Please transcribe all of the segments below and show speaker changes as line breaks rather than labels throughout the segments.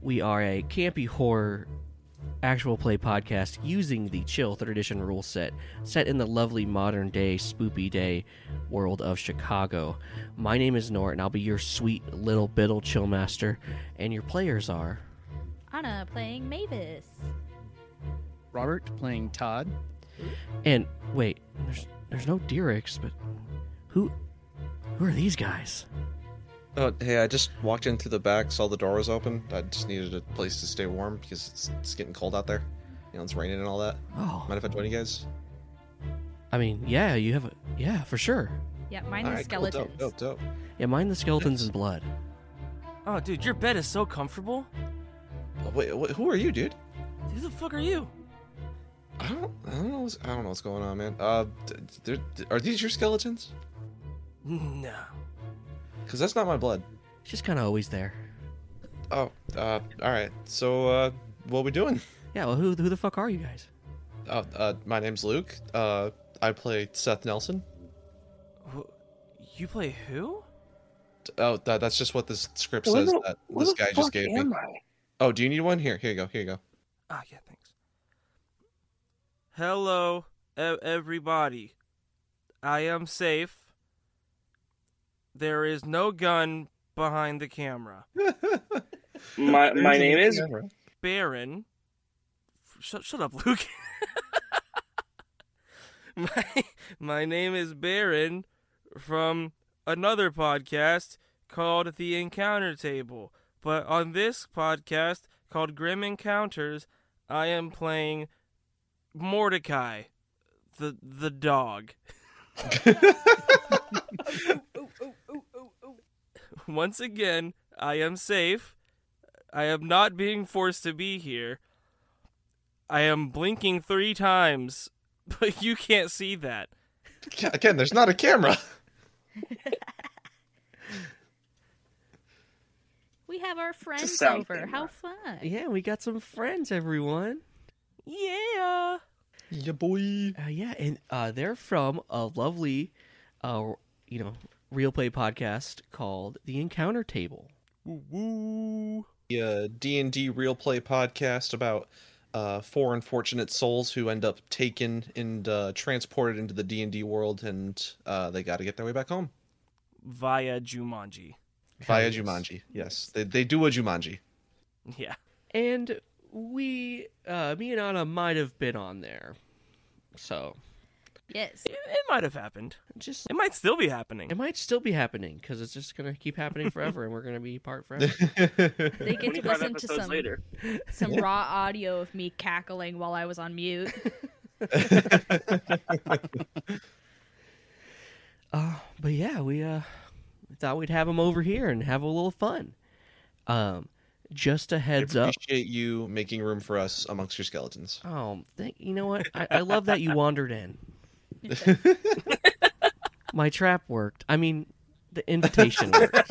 We are a campy horror actual play podcast using the chill third edition rule set, set in the lovely modern day spoopy day world of Chicago. My name is Nort and I'll be your sweet little biddle chill master, and your players are
Anna playing Mavis.
Robert playing Todd.
and wait, there's there's no Derek's, but who who are these guys?
Oh, hey, I just walked in through the back, saw the door was open. I just needed a place to stay warm because it's, it's getting cold out there. You know, it's raining and all that.
Oh,
Mind if I join you guys?
I mean, yeah, you have a yeah for sure.
Yeah, mine
All
is
right, cool,
skeletons.
dope, dope, dope.
Yeah, mind the skeletons and blood.
Oh, dude, your bed is so comfortable.
Oh, Wait, wait, who are you, dude?
Who the fuck are you?
I don't, I don't know. What's, I don't know what's going on, man. Uh, d- d- d- are these your skeletons?
No.
Because that's not my blood.
It's just kind of always there.
Oh, uh, all right. So, uh, what we doing?
Yeah, well, who who the fuck are you guys?
Uh, uh, my name's Luke. Uh, I play Seth Nelson.
Wh- You play who?
Oh, that, that's just what this script
Where
says
the-
that
where
this
the
guy
fuck
just gave me.
am I?
Oh, do you need one? Here, here you go. Here you go.
Ah, yeah, thanks. Hello, e- everybody. I am safe. There is no gun behind the camera.
My, my
There's a
name is
camera.
Baron. Shut, shut up, Luke. my, my name is Baron from another podcast called The Encounter Table. But on this podcast called Grim Encounters, I am playing Mordecai, the the dog. Once again, I am safe. I am not being forced to be here. I am blinking three times, but you can't see that.
Ca- Again, there's not a camera.
We have our friends
sound
over.
thing,
How
right?
fun.
Yeah, we got some friends, everyone.
Yeah.
Yeah, boy.
Uh, yeah, and uh, they're from a lovely, uh, you know, real play podcast called The Encounter Table.
Woo woo.
The uh, D and D real play podcast about uh, four unfortunate souls who end up taken and uh, transported into the D and D world, and uh, they got to get their way back home
Via Jumanji.
Hell
via
yes.
Jumanji. Yes, they they do a Jumanji.
Yeah.
And we, uh, me and Anna might have been on there. So
Yes.
It, it might have happened.
just,
It might still be happening.
it might still be happening because it's just going to keep happening forever and we're going to be apart forever.
They get to
25
listen to
episodes
some,
later.
some raw audio of me cackling while I was on mute.
Uh, but yeah, we uh, thought we'd have them over here and have a little fun. Um, just a
I
heads up.
appreciate you making room for us amongst your skeletons.
Oh, thank, you know what? I, I love that you wandered in. My trap worked. I mean, the invitation worked.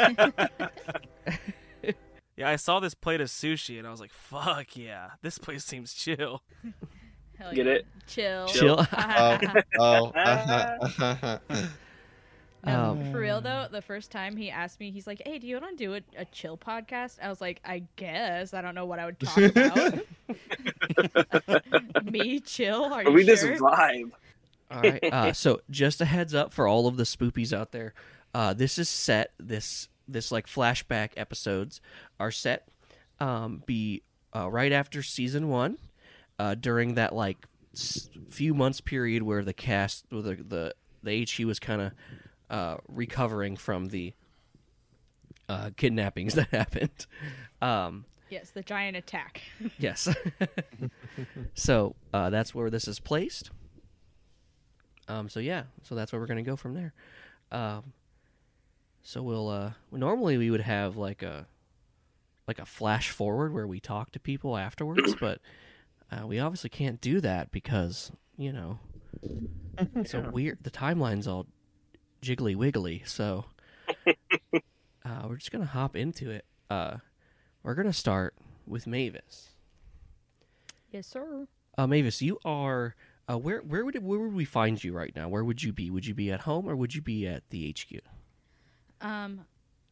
Yeah, I saw this plate of sushi and I was like, fuck yeah, this place seems chill.
Hell
Get
yeah.
it? Um,
Chill.
Chill.
Oh, oh, uh-huh, uh-huh.
No,
Um,
for real though, the first time he asked me, he's like, "Hey, do you want to do a, a chill podcast?" I was like, "I guess. I don't know what I would talk about." me chill? Are you
we just
sure?
vibe.
All right. Uh, so just a heads up for all of the spoopies out there. Uh, this is set. This this like flashback episodes are set. Um, be uh, right after season one, uh, during that like s- few months period where the cast, where the the the age he was kind of uh, recovering from the uh, kidnappings that happened. Um,
Yes, the giant attack.
yes. so uh, that's where this is placed. Um, so yeah, so that's where we're gonna go from there. Um, so we'll uh, normally we would have like a like a flash forward where we talk to people afterwards, but uh, we obviously can't do that because you know it's a weird. The timeline's all jiggly wiggly, so uh, we're just gonna hop into it. Uh, we're gonna start with Mavis.
yes, sir.
Uh, Mavis, you are uh, where? Where would where would we find you right now? Where would you be? Would you be at home or would you be at the HQ?
Um,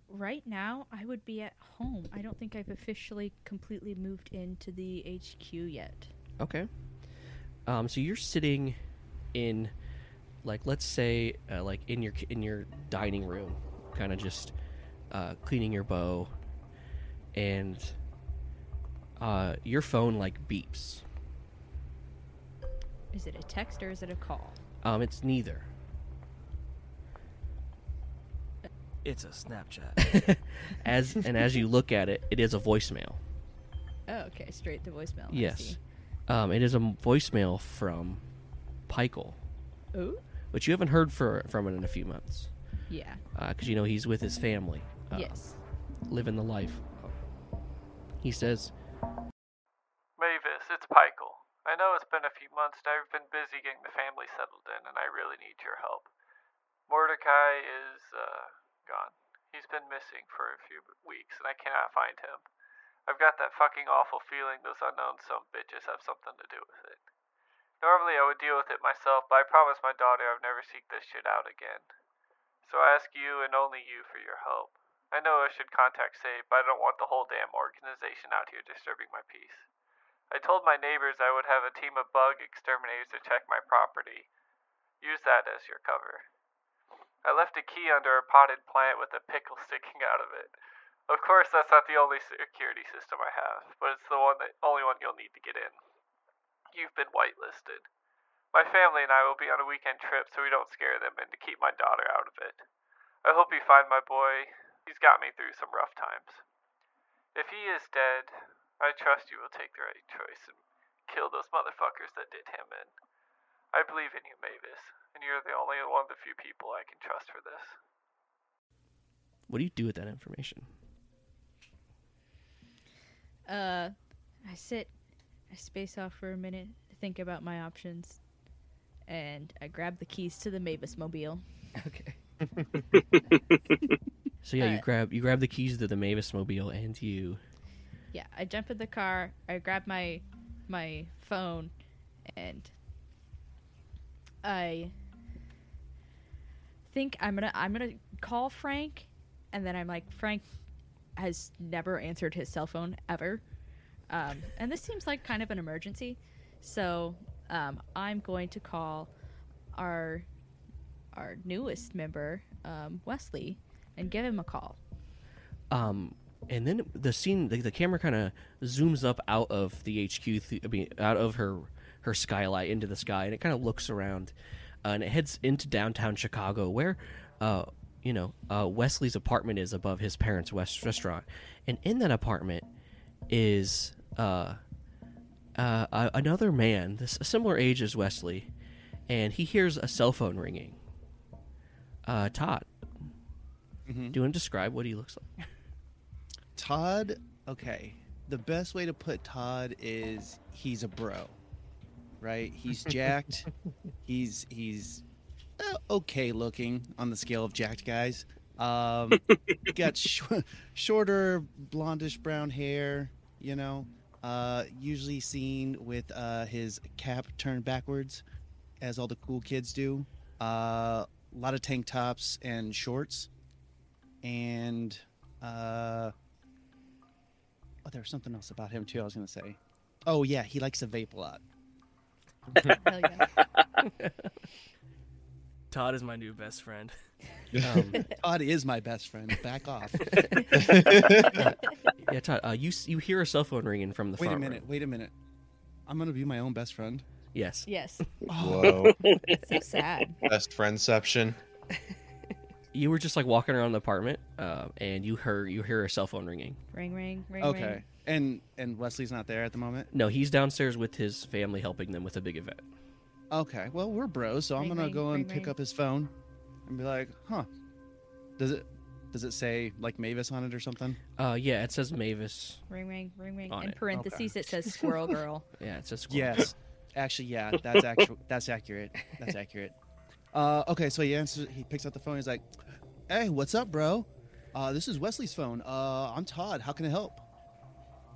right now I would be at home. I don't think I've officially completely moved into the HQ yet.
Okay. Um, so you're sitting in, like, let's say, uh, like in your in your dining room, kind of just uh, cleaning your bow, and uh, your phone like beeps.
Is it a text or is it a call?
Um, it's neither.
It's a Snapchat.
As and as you look at it, it is a voicemail.
Oh, okay, straight to voicemail. I
Yes.
see.
Um, it is a m- voicemail from Pykel,
Ooh.
which you haven't heard for, from in a few months.
Yeah.
Because, you know, he's with his family. Uh,
yes.
Living the life. He says,
Mavis, it's Pykel. I know it's been a few months and I've been busy getting the family settled in, and I really need your help. Mordecai is, uh, gone. He's been missing for a few weeks, and I cannot find him. I've got that fucking awful feeling those unknown some bitches have something to do with it. Normally I would deal with it myself, but I promised my daughter I'd never seek this shit out again. So I ask you and only you for your help. I know I should contact Save, but I don't want the whole damn organization out here disturbing my peace. I told my neighbors I would have a team of bug exterminators to check my property. Use that as your cover. I left a key under a potted plant with a pickle sticking out of it. Of course, that's not the only security system I have, but it's the one that, only one you'll need to get in. You've been whitelisted. My family and I will be on a weekend trip so we don't scare them and to keep my daughter out of it. I hope you find my boy. He's got me through some rough times. If he is dead, I trust you will take the right choice and kill those motherfuckers that did him in. I believe in you, Mavis, and you're the only one of the few people I can trust for this.
What do you do with that information?
Uh, I sit, I space off for a minute, think about my options, and I grab the keys to the Mavis Mobile.
Okay. so yeah, you
Uh,
grab you grab the keys to the Mavis mobile and you
Yeah, I jump in the car. I grab my my phone, and I think I'm gonna I'm gonna call Frank, and then I'm like Frank has never answered his cell phone ever, um, and this seems like kind of an emergency, so um, I'm going to call our our newest member um, Wesley and give him a call.
um and then the scene the, the camera kind of zooms up out of the HQ th- I mean out of her her skylight into the sky and it kind of looks around uh, and it heads into downtown Chicago where uh you know uh Wesley's apartment is above his parents' West restaurant and in that apartment is uh uh, a- another man, this a similar age as Wesley, and he hears a cell phone ringing. Uh, Todd, do you want to describe what he looks like?
Todd, okay. The best way to put Todd is he's a bro, right? He's jacked. he's he's uh, okay looking on the scale of jacked guys. Um, got sh- shorter, blondish brown hair. You know, uh, usually seen with uh, his cap turned backwards, as all the cool kids do. A uh, lot of tank tops and shorts, and. Uh, Oh, there was something else about him too. I was gonna say. Oh yeah, he likes to vape a lot.
Hell yeah.
Todd is my new best friend.
Um, Todd is my best friend. Back off.
Yeah, Todd, uh, you s- you hear a cell phone ringing from the
wait a
front
minute.
room.
Wait a minute. I'm gonna be my own best friend.
Yes.
Yes.
Whoa.
It's so sad.
Best friendception.
You were just like walking around the apartment, uh, and you heard you hear a cell phone ringing.
Ring, ring, ring,
Okay.
ring.
And and Wesley's not there at the moment.
No, he's downstairs with his family helping them with a big event.
Okay. Well, we're bros, so I'm
Ring,
gonna
ring,
go and
ring,
pick
ring.
up his phone and be like, "Huh? Does it does it say like Mavis on it or something?"
Uh, yeah, it says Mavis.
Ring, ring, ring, ring.
On
In
it.
parentheses, it says squirrel girl.
Yeah, it says. Squirrel.
Yes. Actually, yeah, that's actual. That's accurate. That's accurate. Uh, okay, so he answers. He picks up the phone. He's like, "Hey, what's up, bro? Uh, this is Wesley's phone. Uh, I'm Todd. How can I help?"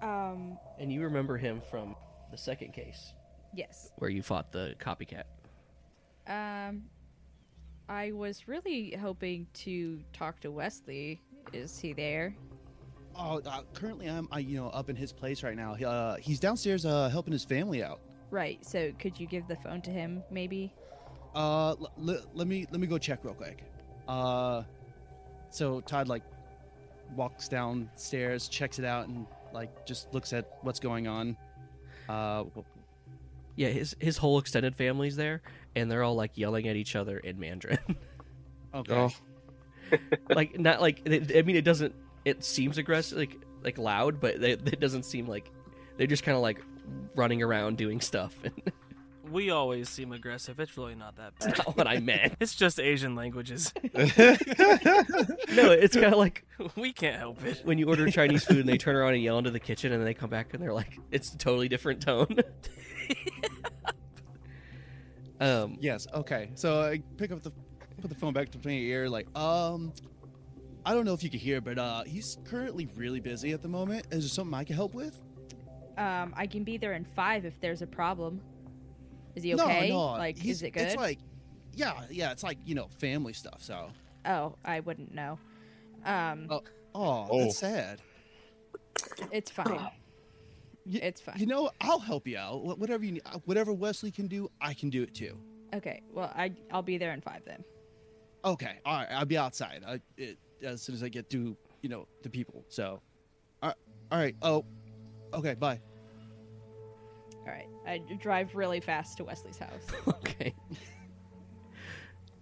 Um,
And you remember him from the second case
yes.
where you fought the copycat.
Um, I was really hoping to talk to Wesley. Is he there?
Oh, uh, currently I'm, uh, you know, up in his place right now. He, Uh, he's downstairs uh, helping his family out.
Right. So could you give the phone to him, maybe?
Uh, l- l- let me let me go check real quick. Uh, so Todd like walks downstairs, checks it out, and like just looks at what's going on. Uh, w-
Yeah, his his whole extended family's there, and they're all like yelling at each other in Mandarin.
okay.
Oh,
like not like I mean, it doesn't. It seems aggressive, like like loud, but they, it doesn't seem like they're just kind of like running around doing stuff.
We always seem aggressive. It's really not that bad.
That's not what I meant.
It's just Asian languages.
No, it's kind of like
we can't help it.
when you order Chinese food and they turn around and yell into the kitchen, and then they come back and they're like, it's a totally different tone. um,
Yes. Okay. So I pick up the put the phone back to my ear. Like, um, I don't know if you can hear, but uh, he's currently really busy at the moment. Is there something I can help with?
Um, I can be there in five if there's a problem. Is he okay?
No, no.
like,
he's-
is it good?
It's like, yeah, yeah. It's like you know, family stuff. So,
oh, I wouldn't know. Um,
oh, oh,
Oh.
that's sad.
it's fine.
Y-
It's fine.
You know, I'll help you out. Wh- Whatever you need, whatever Wesley can do, I can do it too.
Okay. Well, I I'll be there in five then.
Okay, all right. I'll be outside. I, it, as soon as I get to you know the people. So, all right. All right. Oh, okay. Bye.
All right. I drive really fast to Wesley's house.
okay.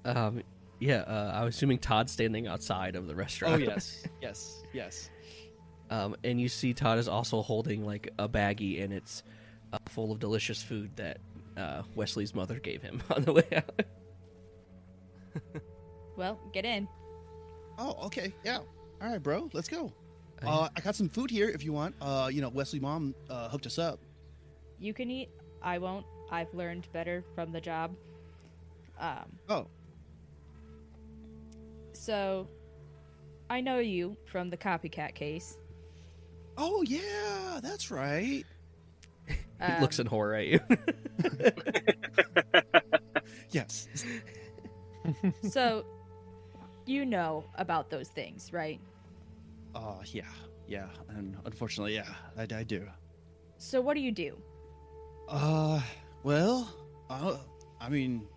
Um, yeah, uh, I'm assuming Todd's standing outside of the restaurant.
Oh yes, yes, yes.
Um, and you see Todd is also holding like a baggie, and it's uh, full of delicious food that uh, Wesley's mother gave him on the way out.
well, get in.
Oh, okay. Yeah. All right, bro. Let's go. Uh, I got some food here if you want. Uh, you know, Wesley mom uh, hooked us up.
You can eat. I won't. I've learned better from the job. Um,
Oh,
so I know you from the copycat case.
oh yeah, that's right.
he looks in horror at you.
Yes.
so you know about those things, right?
Uh, yeah, yeah. And unfortunately, yeah, I, I do.
So what do you do?
Uh, well, uh, I mean,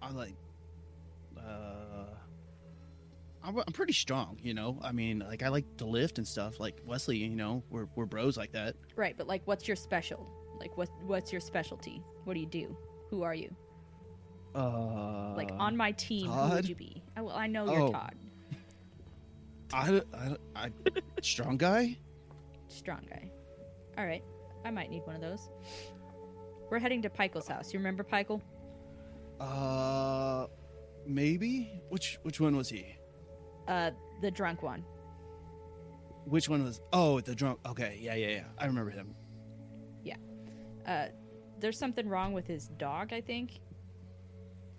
I'm like, uh, I'm, I'm pretty strong, you know. I mean, like I like to lift and stuff. Like Wesley, you know, we're we're bros like that.
Right, but like, what's your special? Like, what what's your specialty? What do you do? Who are you?
Uh,
Like on my team, who
Todd?
would you be? Oh, well, I know you're
Oh.
Todd,
I, I, I strong guy.
strong guy. All right, I might need one of those. We're heading to Pikel's house. You remember Pikel?
Uh, maybe. Which which one was he?
Uh, the drunk one.
Which one was? Oh, the drunk. Okay, yeah, yeah, yeah. I remember him.
Uh, there's something wrong with his dog. I think.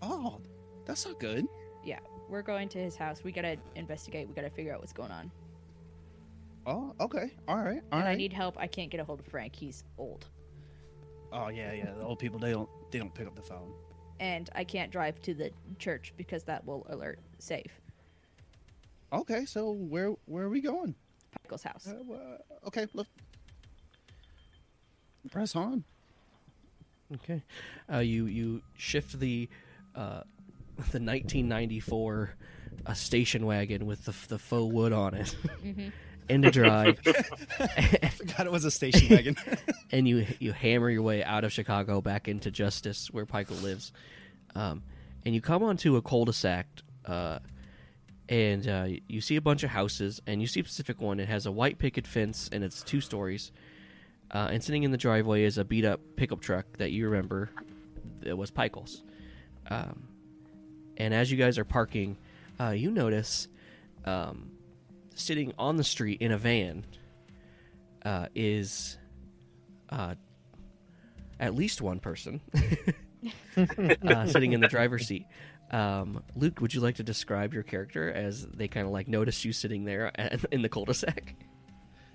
Oh, that's not good.
Yeah, we're going to his house. We gotta investigate. We gotta figure out what's going on.
Oh, okay. All right. all right.
and I need help. I can't get a hold of Frank. He's old,
oh yeah, yeah. The old people they don't they don't pick up the phone.
and I can't drive to the church because that will alert safe.
Okay, so where where are we going?
Pikel's house.
Uh, wha- okay, look. Press on.
okay, uh, you you shift the uh, the 1994 uh, station wagon with the the faux wood on it, in the drive,
I forgot it was a station wagon.
and you you hammer your way out of Chicago back into Justice, where Pico lives, um, and you come onto a cul-de-sac, uh, and uh, you see a bunch of houses, and you see a Pacific one. It has a white picket fence, and it's two stories. Uh, and sitting in the driveway is a beat up pickup truck that you remember that was Pikel's. Um, and as you guys are parking, uh, you notice um, sitting on the street in a van uh, is uh, at least one person uh, sitting in the driver's seat. Um, Luke, would you like to describe your character as they kind of like notice you sitting there and- in the cul-de-sac?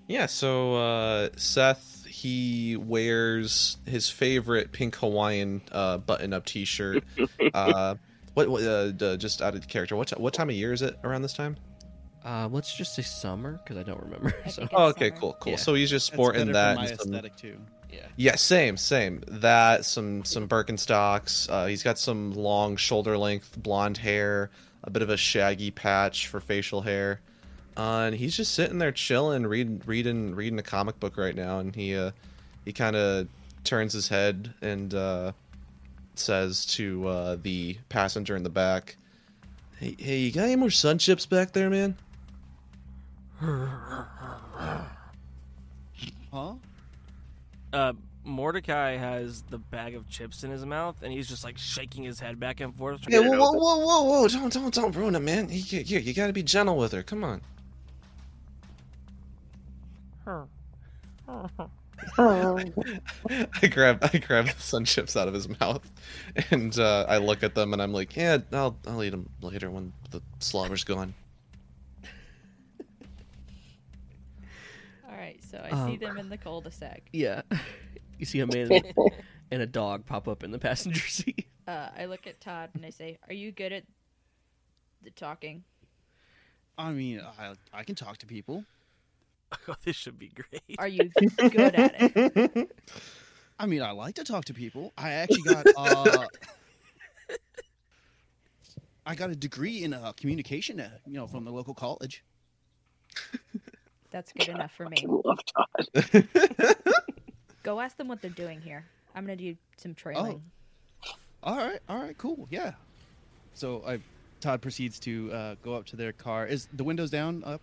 Yeah, so uh, Seth he wears his favorite pink Hawaiian uh, button-up T-shirt. uh, what, what uh, d- just out of character? What ti- what time of year is it around this time?
Uh, let's just say summer because I don't remember. So
Oh, okay, cool, cool.
Yeah.
So he's just
That's better
sporting
for
that.
my
and some-
aesthetic too. Yeah.
yeah, same, same. That some some Birkenstocks. Uh, he's got some long shoulder-length blonde hair, a bit of a shaggy patch for facial hair, uh, and he's just sitting there chilling, reading reading reading a comic book right now. And he uh, he kind of turns his head and uh, says to uh, the passenger in the back, "Hey, hey, you got any more sun chips back there, man?"
Huh?
Uh, Mordecai has the bag of chips in his mouth, and he's just like shaking his head back and forth.
Yeah, whoa, whoa, whoa, whoa, whoa! Don't, don't, don't ruin it, man. You, you, you gotta be gentle with her. Come on. I grab, I grab the sun chips out of his mouth, and uh, I look at them, and I'm like, yeah, I'll, I'll eat them later when the slobber's gone.
All right, so I
Um,
see them in the cul-de-sac.
Yeah. You see a man and a- and a dog pop up in the passenger seat.
Uh, I look at Todd and I say, "Are you good at the talking?"
I mean, I, I can talk to people.
this should be great.
Are you good at it?
I mean, I like to talk to people. I actually got uh, I got a degree in uh, communication, uh, you know, from the local college.
That's good enough for me.
love Todd.
Go ask them what they're doing here. I'm gonna do some trailing.
All right, all right, cool, yeah. So I, Todd proceeds to uh, go up to their car. Is the windows down? Up?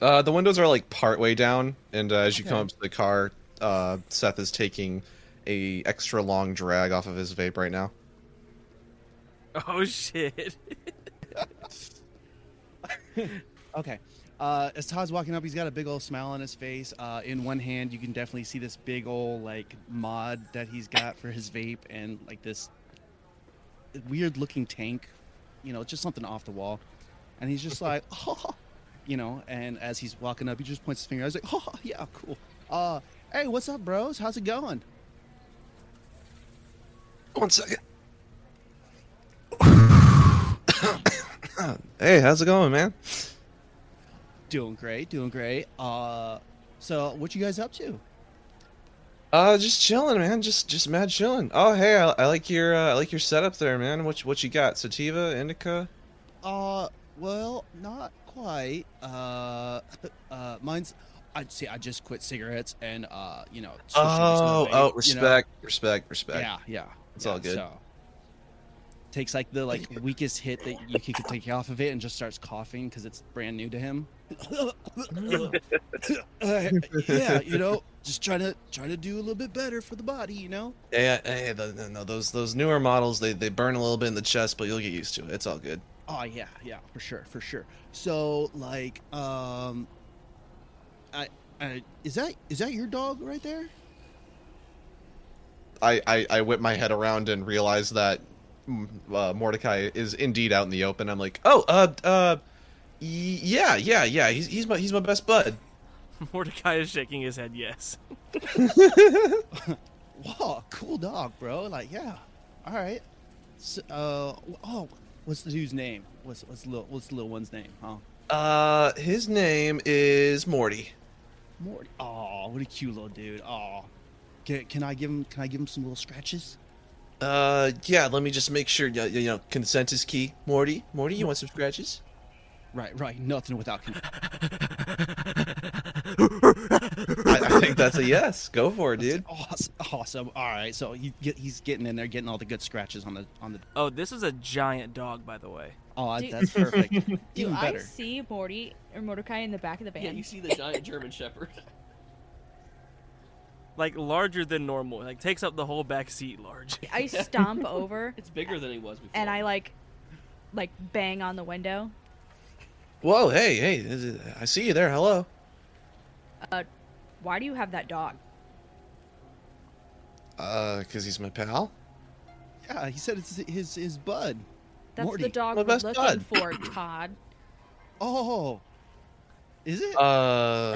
Uh, the windows are like part way down, and uh, as you come
Okay.
up to the car, uh, Seth is taking a extra long drag off of his vape right now.
Oh shit!
Okay. Uh, as Todd's walking up, he's got a big old smile on his face. Uh, in one hand, you can definitely see this big old like mod that he's got for his vape, and like this weird looking tank, you know, just something off the wall. And he's just like, oh, you know. And as he's walking up, he just points his finger. I was like, oh yeah, cool. Uh, hey, what's up, bros? How's it going?
One second. hey, how's it going, man?
Doing great, doing great. Uh, so what you guys up to?
Uh, just chilling, man. Just, just mad chilling. Oh, hey, I, I like your, uh, I like your setup there, man. What, you- what you got? Sativa, indica.
Uh, well, not quite. Uh, uh, mine's. I'd say I just quit cigarettes and uh, you know. switched over to
Oh,
something,
oh,
you know?
respect, respect, respect.
Yeah, yeah.
It's
yeah,
all good.
So. Takes like the like weakest hit that you could take off of it and just starts coughing because it's brand new to him. yeah, you know, just trying to trying to do a little bit better for the body, you know.
Yeah, yeah, yeah, the, no, those, those newer models, they, they burn a little bit in the chest, but you'll get used to it. It's all good.
Oh yeah, yeah, for sure, for sure. So like, um, I, I is that is that your dog right there?
I, I, I whip my head around and realize that mm, uh, Mordecai is indeed out in the open. I'm like, oh, uh, uh, y- yeah, yeah, yeah. He's, he's my, he's my best bud.
Mordecai is shaking his head. Yes.
Wow, cool dog, bro. Like yeah, all right. So, uh, oh, what's the dude's name? What's what's little what's the little one's name? Huh?
Uh, his name is Morty.
Morty. Oh, what a cute little dude. Oh, can, can I give him can I give him some little scratches?
Uh, yeah. Let me just make sure. You, you know, consent is key. Morty, Morty, you want some scratches?
Right, right. Nothing without consent.
I, I think that's a yes. Go for it, dude.
Awesome. awesome. All right, so he, get- he's getting in there, getting all the good scratches on the on the.
Oh, this is a giant dog, by the way.
Oh,
Do-
that's perfect.
Do
Even
I
better.
see Morty or Mordecai in the back of the van?
Yeah, you see the giant German Shepherd.
Like larger than normal. Like takes up the whole back seat large.
I stomp over
It's bigger than he was before.
and I like, like bang on the window.
Whoa, hey, hey, this is- I see you there. Hello.
Why do you have that dog?
Uh, because he's my pal.
Yeah, he said it's his his bud.
That's
Morty,
the dog
my
we're
best
looking
bud.
for, Todd.
Oh, is it?
Uh,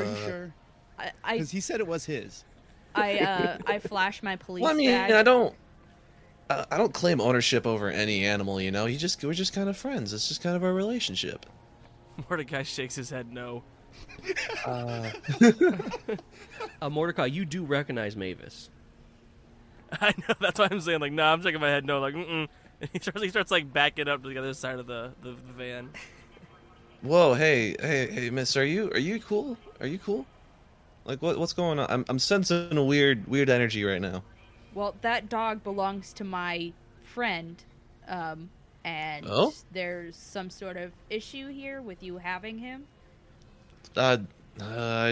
Are you sure?
I I
Because he said it was his.
I, uh, I flash my police
Well, I mean,
badge.
I don't. I I don't claim ownership over any animal, you know. You just we're just kind of friends. It's just kind of our relationship.
Mordecai shakes his head no.
uh, Mordecai, you do recognize Mavis.
I know. That's why I'm saying like, nah. I'm shaking my head no. Like, mm. And he starts, he starts like backing up to the other side of the, the, the van.
Whoa, hey, hey, hey, miss, are you are you cool? Are you cool? Like what what's going on? I'm I'm sensing a weird weird energy right now.
Well, that dog belongs to my friend, um, and
Oh?
there's some sort of issue here with you having him.
Uh, uh,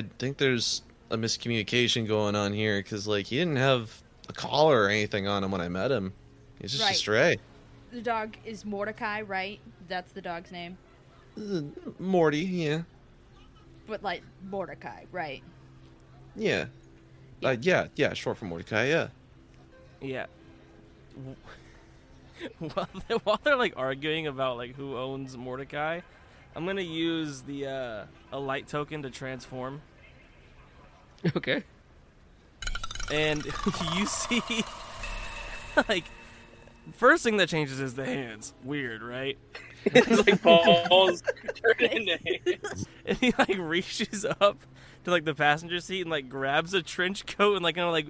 I think there's a miscommunication going on here because like he didn't have a collar or anything on him when I met him. He's just
Right.
a stray.
The dog is Mordecai, right? That's the dog's name.
Uh, Morty, yeah,
But like Mordecai, right?
yeah, uh, yeah, yeah, short for Mordecai, yeah.
Yeah. while, they, while they're like arguing about like who owns Mordecai, I'm gonna use the uh, a light token to transform,
Okay.
and you see like first thing that changes is the hands. Weird, right?
It's like balls turned into hands.
and he like reaches up to like the passenger seat and like grabs a trench coat and like kind of like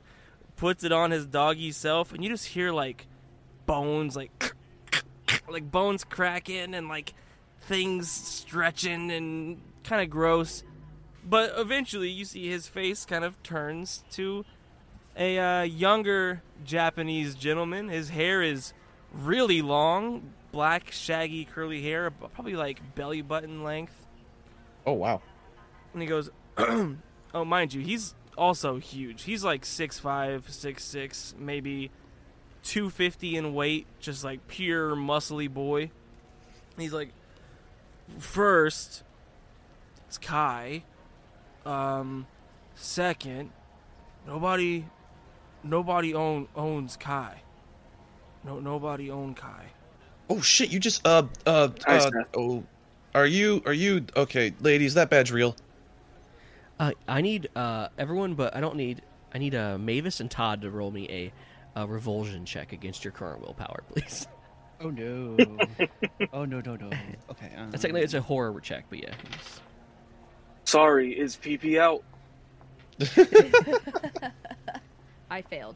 puts it on his doggy self and you just hear like bones like like bones cracking and like things stretching and kind of gross but eventually you see his face kind of turns to a uh, younger Japanese gentleman. His hair is really long, black, shaggy, curly hair, probably like belly button length.
Oh wow.
And he goes, "Oh, mind you, he's also huge. He's like six five, six six, maybe two fifty in weight, just like pure muscly boy." And he's like, first, it's Kai. Um, second, nobody, nobody own owns Kai. No, nobody own Kai.
Oh shit! You just uh uh,
Hi,
uh
Seth.
oh, are you are you okay, ladies? That badge real?
Uh, I need uh, everyone, but I don't need. I need uh, Mavis and Todd to roll me a, a revulsion check against your current willpower, please.
Oh no. oh no no no. Okay. Um,
That's technically it's a horror check, but yeah.
Sorry, is PP out?
I failed.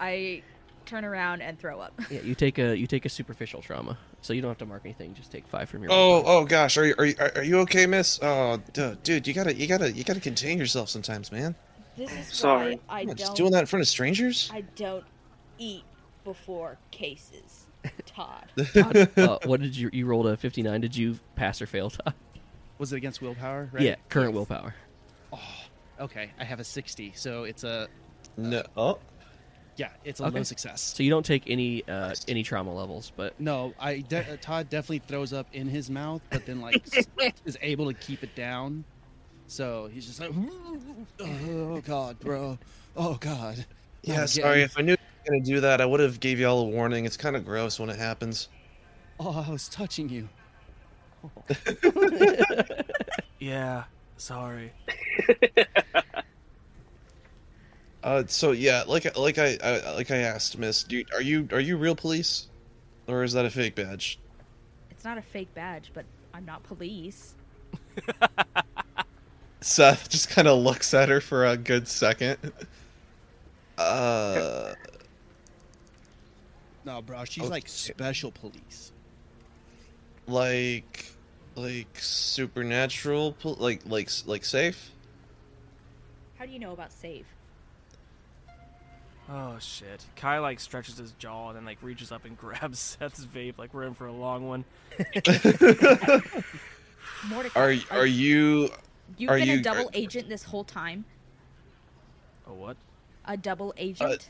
I turn around and throw up.
Yeah, you take a you take a superficial trauma, so you don't have to mark anything. Just take five from your.
Oh
willpower.
oh gosh, are you are you, are- are you okay, Miss? Oh duh, dude, you gotta you gotta you gotta contain yourself sometimes, man.
This is
Sorry.
why I
Come on,
don't.
just doing that in front of strangers.
I don't eat before cases, Todd.
uh, what did you you rolled a fifty nine? Did you pass or fail, Todd?
Was it against willpower? Right?
Yeah, current willpower.
Okay. I have a sixty, so it's a
No. Oh.
yeah, it's a
Okay.
low success.
So you don't take any uh, any trauma levels, but
No, I de- uh, Todd definitely throws up in his mouth, but then like s- is able to keep it down. So he's just like, oh god, bro, oh god.
Yeah,
I'm
sorry.
getting-
If I knew you were gonna do that, I would have gave y'all a warning. It's kind of gross when it happens.
Oh, I was touching you.
Yeah, sorry.
Uh, so yeah, like like I, I like I asked, Miss, do you, are you are you real police, or is that a fake badge?
It's not a fake badge, but I'm not police.
Seth just kind of looks at her for a good second. Uh,
No, bro, she's like special police.
like Like supernatural, pol- like like like safe.
How do you know about save?
Oh shit! Kai like stretches his jaw and then like reaches up and grabs Seth's vape. Like we're in for a long one.
Mordecai,
Are are you?
you've
are
been
you- uh,
a double
are-
agent this whole time?
Oh what?
A double
Uh,
agent?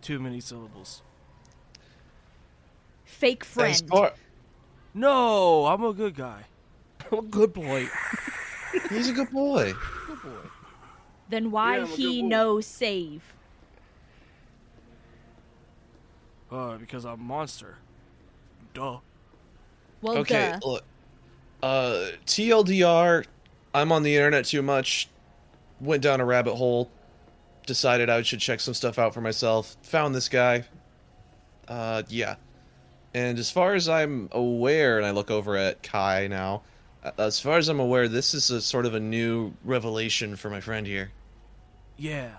Too many syllables.
Fake friend.
As far,
No, I'm a good guy.
Good boy.
he's a good boy.
Then why
Yeah, I'm a
he
good boy.
knows save?
Uh, because I'm a monster. Duh.
Well,
okay,
duh.
look. Uh, TLDR, I'm on the internet too much. Went down a rabbit hole. Decided I should check some stuff out for myself. Found this guy. Uh, yeah. And as far as I'm aware, and I look over at Kai now, uh, as far as I'm aware, this is a sort of a new revelation for my friend here.
Yeah,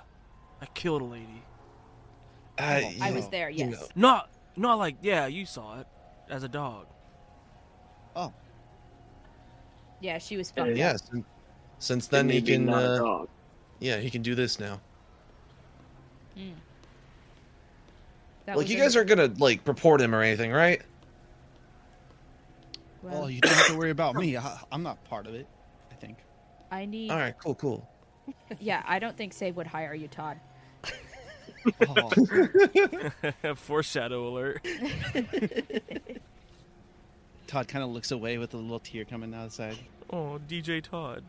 I killed a lady.
Uh,
I
you
was
know,
there,
you
yes.
know.
Not, not like yeah, you saw it as a dog.
Oh,
Yeah, she was fucked.
Yeah. Since, since then, he
Maybe
can.
not a
Uh,
dog.
yeah, he can do this now.
That
like,
was
you
in-
guys aren't gonna like report him or anything, right?
Well,
well, Oh, you don't have to worry about me. I, I'm not part of it. I think.
I need.
All right, cool, cool.
Yeah, I don't think save would hire you, Todd.
Oh,
Foreshadow alert.
Todd kind of looks away with a little tear coming down his side.
Oh, DJ Todd.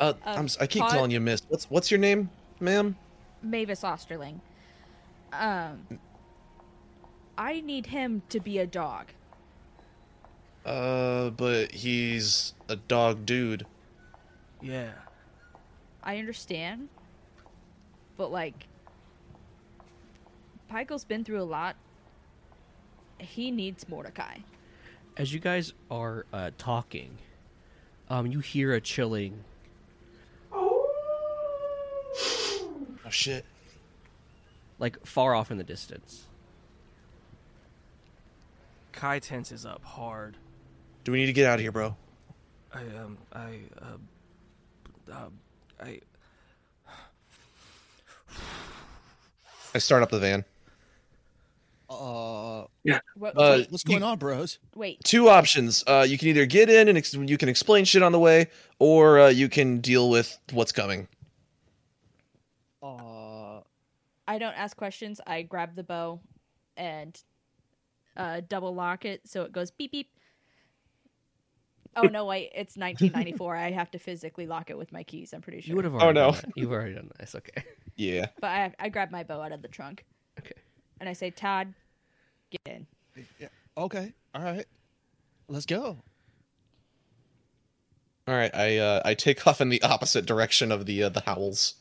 Uh, I'm, s- I keep
Todd-
calling you Miss. What's what's your name, ma'am?
Mavis Osterling. Um, I need him to be a dog.
Uh, but he's a dog dude.
Yeah.
I understand, but like, Pykel's been through a lot. He needs Mordecai.
As you guys are uh, talking, um, you hear a chilling
Oh shit.
like far off in the distance.
Kai tenses up hard.
Do we need to get out of here, bro?
I um I um um I
I start up the van.
Uh,
What,
Uh,
wait,
what's
You-
going on, bros?
wait,
Two options. Uh, you can either get in and ex- you can explain shit on the way, or uh, you can deal with what's coming.
Uh,
I don't ask questions. I grab the bow and uh, double lock it so it goes beep beep. Oh no, wait! It's 1994. I have to physically lock it with my keys. I'm pretty sure.
You would have already
Oh, no.
done that. You've already done that. It's okay.
Yeah.
But I, I grab my bow out of the trunk.
Okay.
And I say, Todd, get in.
okay, all right, let's go.
All right. I uh, I take off in the opposite direction of the uh, the howls.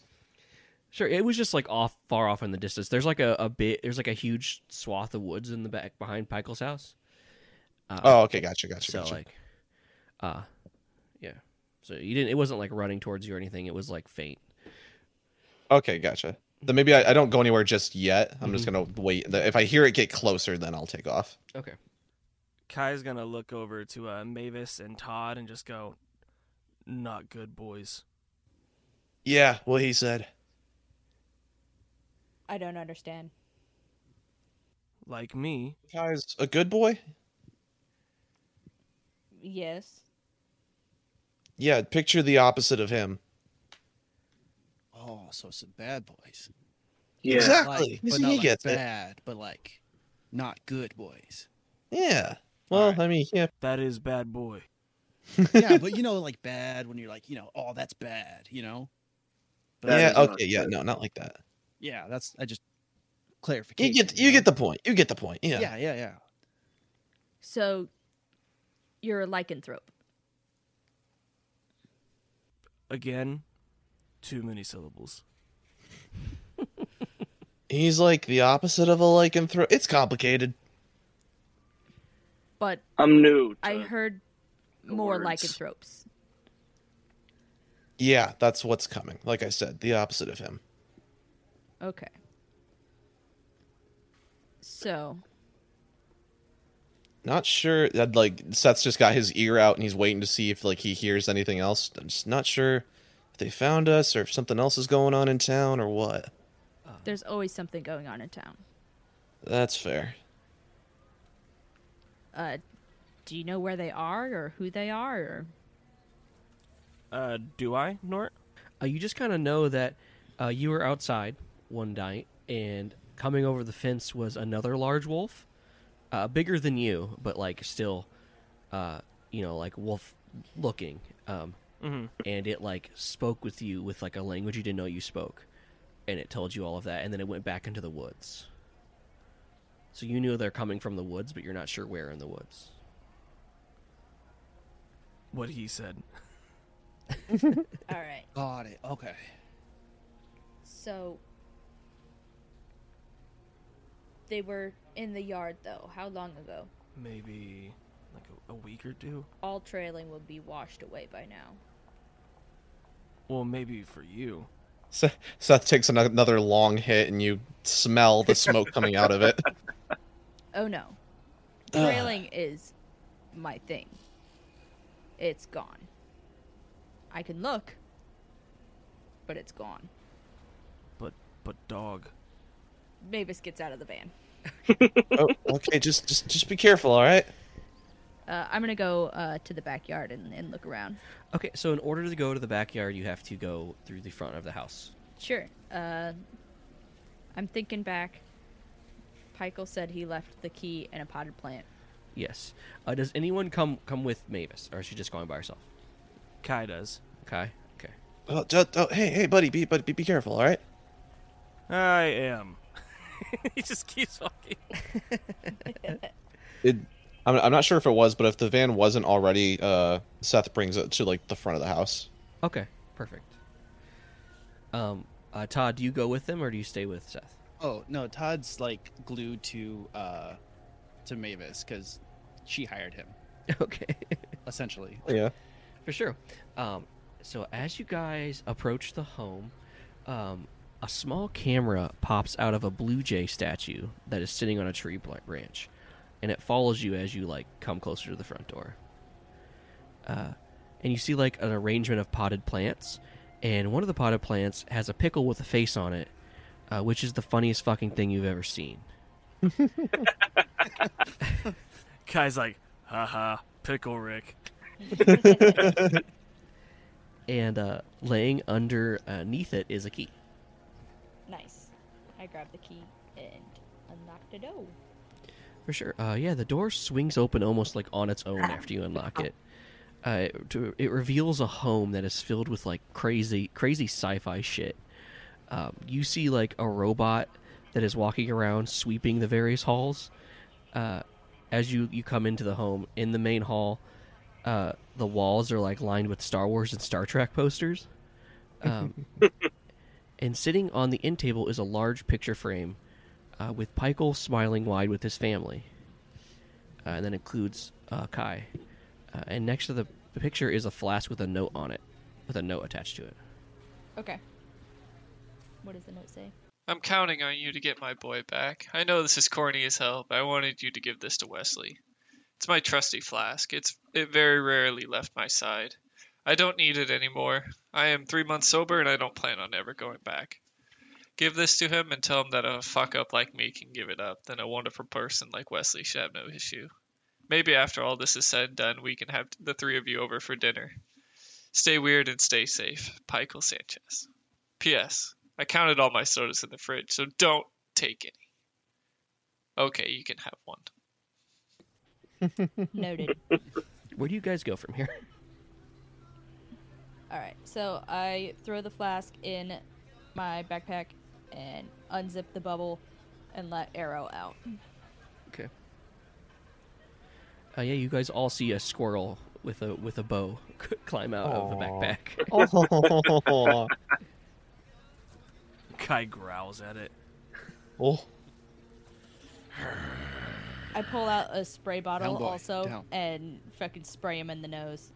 Sure, it was just like off far off in the distance. There's like a, a bit there's like a huge swath of woods in the back behind Pikel's house.
Oh, okay. Gotcha. Gotcha.
so
gotcha.
like uh yeah. So you didn't it wasn't like running towards you or anything, it was like faint.
okay. Gotcha. Then maybe I, I don't go anywhere just yet. I'm just gonna wait. If I hear it get closer, then I'll take off.
Okay.
Kai's gonna look over to uh, Mavis and Todd and just go, "Not good, boys."
Yeah. What he said.
I don't understand.
Like me,
Kai's a good boy.
Yes.
Yeah, picture the opposite of him.
Oh, so some bad boys.
Yeah.
Exactly.
Like,
You
but
see,
not
he
like
gets it.
bad, but like not good boys.
Yeah. Well,
Alright.
I mean, yeah.
that is bad boy.
yeah, but you know, like bad when you're like, you know, oh, that's bad, you know.
That
yeah.
is not
Okay. Yeah.
good.
No, not like that.
Yeah, that's I just
You
clarification.
get. You
know?
get the point. You get the point. Yeah.
Yeah, yeah, yeah.
So you're a lycanthrope.
Again, too many syllables.
He's like the opposite of a lycanthrope. It's complicated.
But
I'm new. To
I heard more
words.
lycanthropes.
Yeah, that's what's coming. Like I said, the opposite of him.
Okay. So
Not sure. I'd, Like Seth's just got his ear out and he's waiting to see if like he hears anything else. I'm just not sure if they found us or if something else is going on in town or what.
There's always something going on in town.
That's fair.
Uh, do you know where they are or who they are? Or...
Uh, do I, Nort?
Uh, you just kind of know that uh, you were outside one night, and coming over the fence was another large wolf, uh, bigger than you, but like still, uh, you know, like wolf looking. Um, And it like spoke with you with like a language you didn't know you spoke, and it told you all of that, and then it went back into the woods. So you knew they're coming from the woods, but you're not sure where in the woods.
What he said.
All right.
Got it. Okay.
So they were in the yard though. How long ago?
Maybe like a, a week or two.
All trailing would be washed away by now.
Well, maybe for you.
Seth, Seth takes ano- another long hit and you smell the smoke coming out of it.
Oh no. Trailing is my thing. It's gone. I can look, but it's gone.
But but dog.
Mavis gets out of the van.
oh, okay, just just just be careful, all right?
Uh, I'm gonna go uh, to the backyard and, and look around.
Okay, so in order to go to the backyard, you have to go through the front of the house.
Sure. Uh, I'm thinking back. Pykel said he left the key in a potted plant.
Yes. Uh, does anyone come come with Mavis, or is she just going by herself?
Kai does.
Okay. Okay.
Oh, just, oh hey, hey buddy, be buddy, be, be careful, all right?
I am. he just keeps walking.
It, I'm I'm not sure if it was, but if the van wasn't already, uh Seth brings it to like the front of the house.
Okay. Perfect. Um, uh, Todd, do you go with them or do you stay with Seth?
Oh no, Todd's like glued to uh to Mavis because she hired him
Okay.
essentially.
Oh, Yeah.
For sure. Um, so as you guys approach the home, um, a small camera pops out of a blue jay statue that is sitting on a tree blan- branch, and it follows you as you like come closer to the front door. Uh, and you see like an arrangement of potted plants, and one of the potted plants has a pickle with a face on it, uh, which is the funniest fucking thing you've ever seen.
Kai's like, haha, pickle Rick.
And uh, laying underneath it is a key.
Nice. I grabbed the key and unlocked the door.
For sure. Uh, yeah, the door swings open almost like on its own after you unlock it. Uh, it, to- it reveals a home that is filled with like crazy, crazy sci-fi shit. Um, you see like a robot that is walking around sweeping the various halls. Uh, as you you come into the home, in the main hall, uh, the walls are like lined with Star Wars and Star Trek posters. Um, and sitting on the end table is a large picture frame uh, with Pykel smiling wide with his family. Uh, and that includes uh, Kai. Uh, and next to the picture is a flask with a note on it, with a note attached to it.
Okay. What does the note say?
I'm counting on you to get my boy back. I know this is corny as hell, but I wanted you to give this to Wesley. It's my trusty flask. It's it very rarely left my side. I don't need it anymore. I am three months sober and I don't plan on ever going back. Give this to him and tell him that a fuck up like me can give it up, then a wonderful person like Wesley should have no issue. Maybe after all this is said and done, we can have the three of you over for dinner. Stay weird and stay safe. Pykel Sanchez. P.S. I counted all my sodas in the fridge, so don't take any. Okay, you can have one.
Noted.
Where do you guys go from here?
All right. So I throw the flask in my backpack and unzip the bubble and let Arrow out.
Okay. Uh, yeah, you guys all see a squirrel with a with a bow climb out of the backpack.
Oh.
Kai growls at it.
oh.
I pull out a spray bottle
Down, boy.
also
Down.
and fucking spray him in the nose.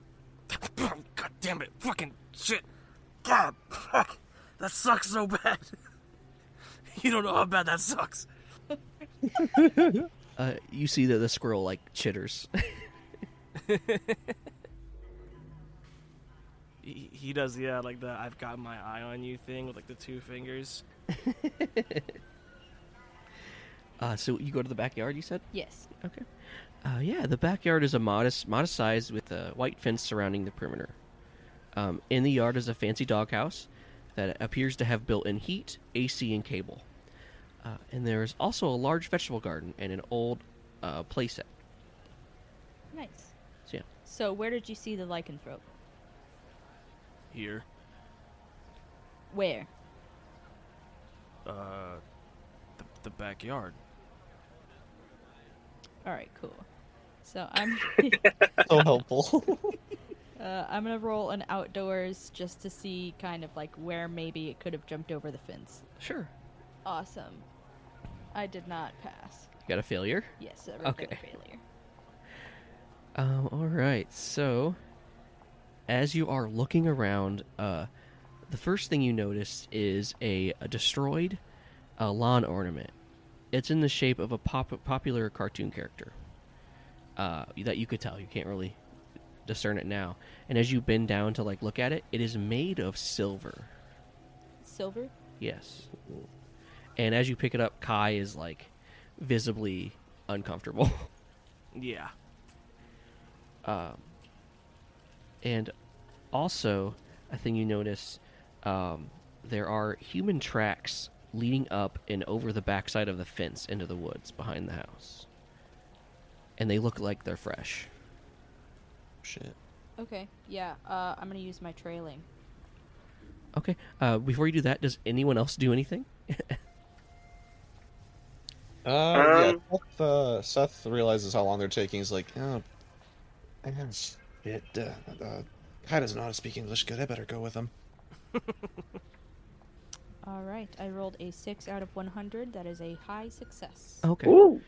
God damn it! Fucking shit! God, fuck! That sucks so bad. you don't know how bad that sucks.
Uh, you see that the squirrel like chitters.
He, he does, yeah, like the I've got my eye on you thing with like the two fingers.
Uh, so you go to the backyard. You said.
Yes.
Okay. Uh, yeah, the backyard is a modest, modest size with a white fence surrounding the perimeter. Um, in the yard is a fancy doghouse that appears to have built-in heat, AC, and cable. Uh, and there is also a large vegetable garden and an old uh, playset.
Nice.
So yeah,
So where did you see the lycanthrope?
Here.
Where?
Uh, the, the backyard.
All right, cool. So I'm
So helpful.
uh, I'm gonna roll an outdoors just to see kind of like where maybe it could have jumped over the fence.
sure.
Awesome. I did not pass.
You got a failure.
Yes, a regular
Okay.
failure.
Um, all right. So, as you are looking around, uh, the first thing you notice is a, a destroyed uh, lawn ornament. It's in the shape of a pop- popular cartoon character. Uh, that you could tell. You can't really discern it now. And as you bend down to like look at it, it is made of silver.
Silver.
Yes. And as you pick it up, Kai is like visibly uncomfortable.
Yeah.
And also, a thing you notice um, there are human tracks leading up and over the backside of the fence into the woods behind the house. And they look like they're fresh.
Shit.
Okay. Yeah. Uh, I'm gonna use my trailing.
Okay, uh, before you do that, does anyone else do anything?
Uh, yeah,
Um.
Seth, uh, Seth realizes how long they're taking. He's like, oh, man, shit. Uh, uh, Kai doesn't know how to speak English good. I better go with him.
All right. I rolled a six out of 100. That is a high success.
Okay.
Oh,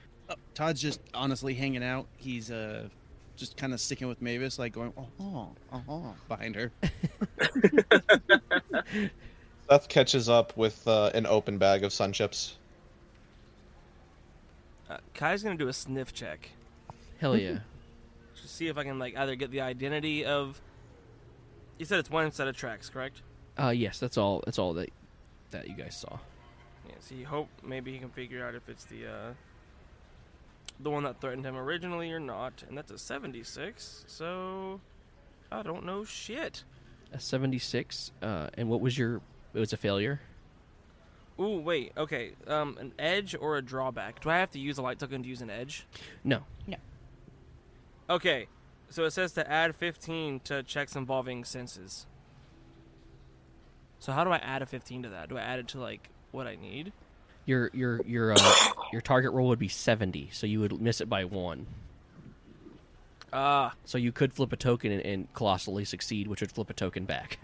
Todd's just honestly hanging out. He's uh, just kind of sticking with Mavis, like going, oh, uh oh, behind her.
Seth catches up with uh, an open bag of sun chips.
Uh, Kai's gonna do a sniff check
Hell yeah.
to see if I can like either get the identity of. You said it's one set of tracks, correct?
uh, yes, that's all. That's all that that you guys saw.
Yeah. So you hope maybe he can figure out if it's the uh, the one that threatened him originally or not, and that's a seventy-six. So I don't know shit.
A seventy-six. Uh, and what was your? It was a failure.
Ooh, wait. Okay. Um, an edge or a drawback? Do I have to use a light token to use an edge?
No.
Okay. So it says to add 15 to checks involving senses. So how do I add a 15 to that? Do I add it to like what I need?
Your your your uh, your target roll would be seventy, so you would miss it by one.
Ah,
So you could flip a token and, and colossally succeed, which would flip a token back.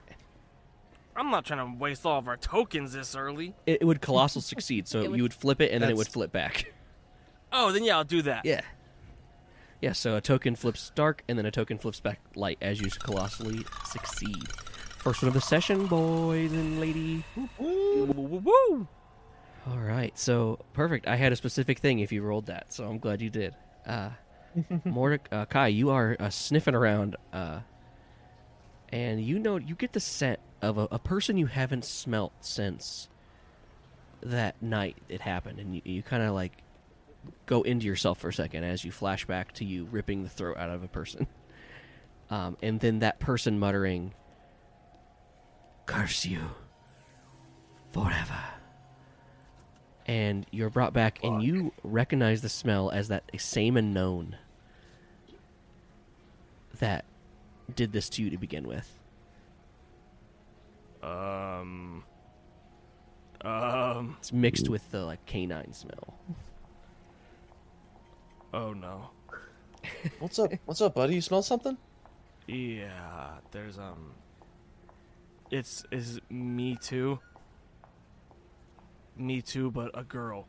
I'm not trying to waste all of our tokens this early.
It, it would colossal succeed, so
It would-
you would flip it and then it would
That's-
flip back.
Oh, then yeah, I'll do that.
Yeah. Yeah, so a token flips dark and then a token flips back light as you colossally succeed. First one of the session, boys and lady.
Woo!
All right, so perfect. I had a specific thing if you rolled that, so I'm glad you did. Uh, Mordec- uh Kai, you are uh, sniffing around, uh, and you know you get the scent of a, a person you haven't smelt since that night it happened, and you, you kind of like go into yourself for a second as you flash back to you ripping the throat out of a person, um, and then that person muttering, "Curse you forever." and you're brought back, and you recognize the smell as that same unknown that did this to you to begin with.
Um. Um.
It's mixed with the like canine smell.
Oh no.
What's up? What's up, buddy? You smell something?
Yeah. There's um. It's is me too. Me too, but a girl.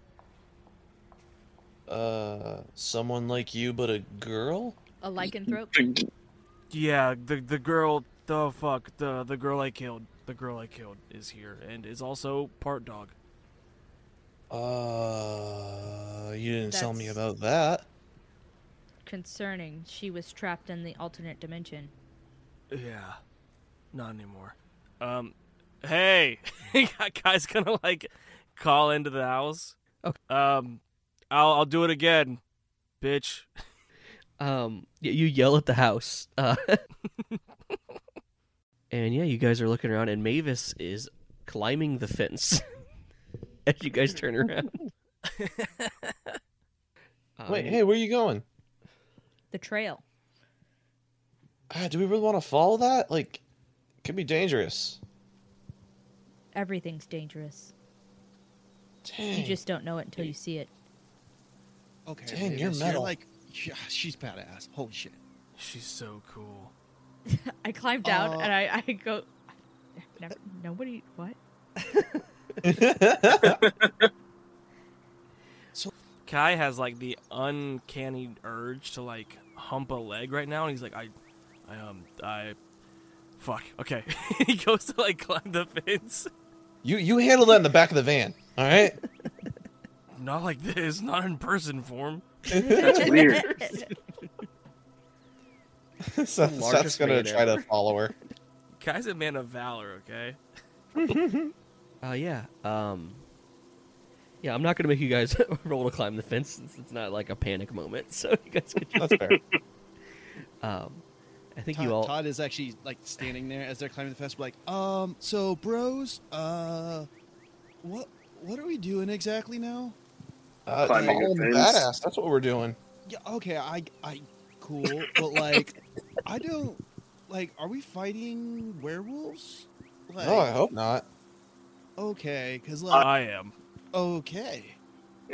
Uh, someone like you, but a girl?
A lycanthrope.
Yeah, the the girl, the fuck, the the girl I killed, the girl I killed is here and is also part dog.
Uh, you didn't tell me
That's-
about that.
Concerning, she was trapped in the alternate dimension.
Yeah, not anymore. Um, hey, guy's gonna like call into the house.
Okay.
Um, I'll I'll do it again, bitch.
Um, y- you yell at the house. Uh, and yeah, you guys are looking around, and Mavis is climbing the fence as you guys turn around. Um,
Wait, hey, where are you going?
The trail.
Ah, do we really want to follow that? Like, could be dangerous.
Everything's dangerous.
Dang.
You just don't know it until you see it.
Okay.
Dang,
Mavis,
you're metal.
like, yeah, she's badass. Holy shit.
She's so cool.
I climbed down
Uh,
and I, I go. Never, nobody. What?
Kai has like the uncanny urge to like hump a leg right now, and he's like, I, I um, I, fuck. Okay, he goes to like climb the fence.
You you handle that in the back of the van, all right?
Not like this. Not in person form.
That's weird.
Seth, Seth's
largest
gonna
man
try to follow her.
Kai's a man of valor. Okay.
Uh, yeah. Um, yeah, I'm not gonna make you guys roll to climb the fence since it's not like a panic moment. So you guys could.
That's fair.
Um, I think
Todd,
you all.
Todd is actually like standing there as they're climbing the fence, like, um, so bros, uh, what what are we doing exactly now?
Uh,
Climbing a
following the
fence.
badass. That's what we're doing.
Yeah, okay, I I cool, but like, I don't like. Are we fighting werewolves? Like,
No, I hope not.
okay, because like,
I am.
okay.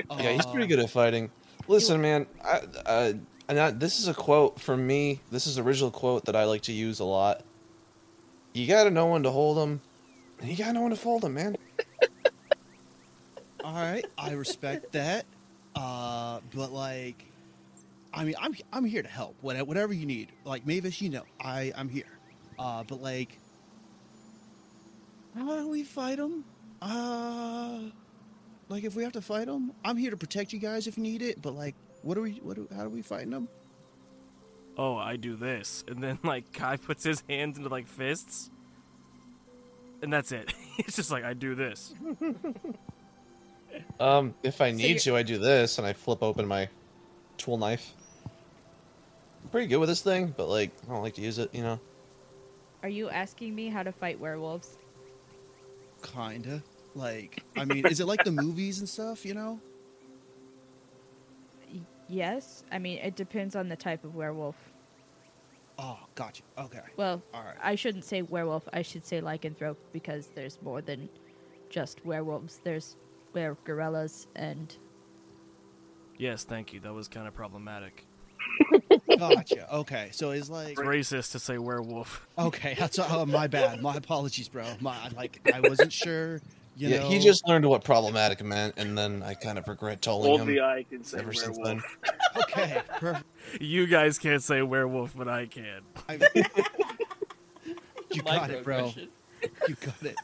Um,
Yeah, he's pretty good at fighting. Listen, man, I, uh, and I, this is a quote from me. This is an original quote that I like to use a lot. You gotta know when to hold 'em, and you gotta know when to fold 'em, man.
All right, I respect that. Uh, but like, I mean, I'm I'm here to help. What- Whatever you need, like Mavis, you know, I I'm here. Uh, but like, how do we fight them? Uh, like if we have to fight them, I'm here to protect you guys if you need it. But like, what are we? What? do- How are we fighting them?
oh, I do this. And then, like, Kai puts his hands into, like, fists. And that's it. it's just like, I do this.
Um, if I need to, I do this, and I flip open my tool knife. I'm pretty good with this thing, but like, I don't like to use it, you know.
Are you asking me how to fight werewolves?
Kinda. Like, I mean, is it like the movies and stuff? You know?
Y- yes. I mean, it depends on the type of werewolf.
Oh, gotcha. Okay.
Well,
All right.
I shouldn't say werewolf. I should say lycanthrope because there's more than just werewolves. There's were gorillas and
Yes, thank you. That was kind of problematic.
Gotcha. Okay. So it's like
It's racist to say werewolf.
Okay, that's uh, my bad. My apologies, bro. My I, like I wasn't sure. You
yeah,
know,
he just learned what problematic meant, and then I kind of regret telling
Only
him
I can say
ever since then.
werewolf.
okay. Perfect.
You guys can't say werewolf, but I can.
I- you got it, bro.
Microaggression.
You got it.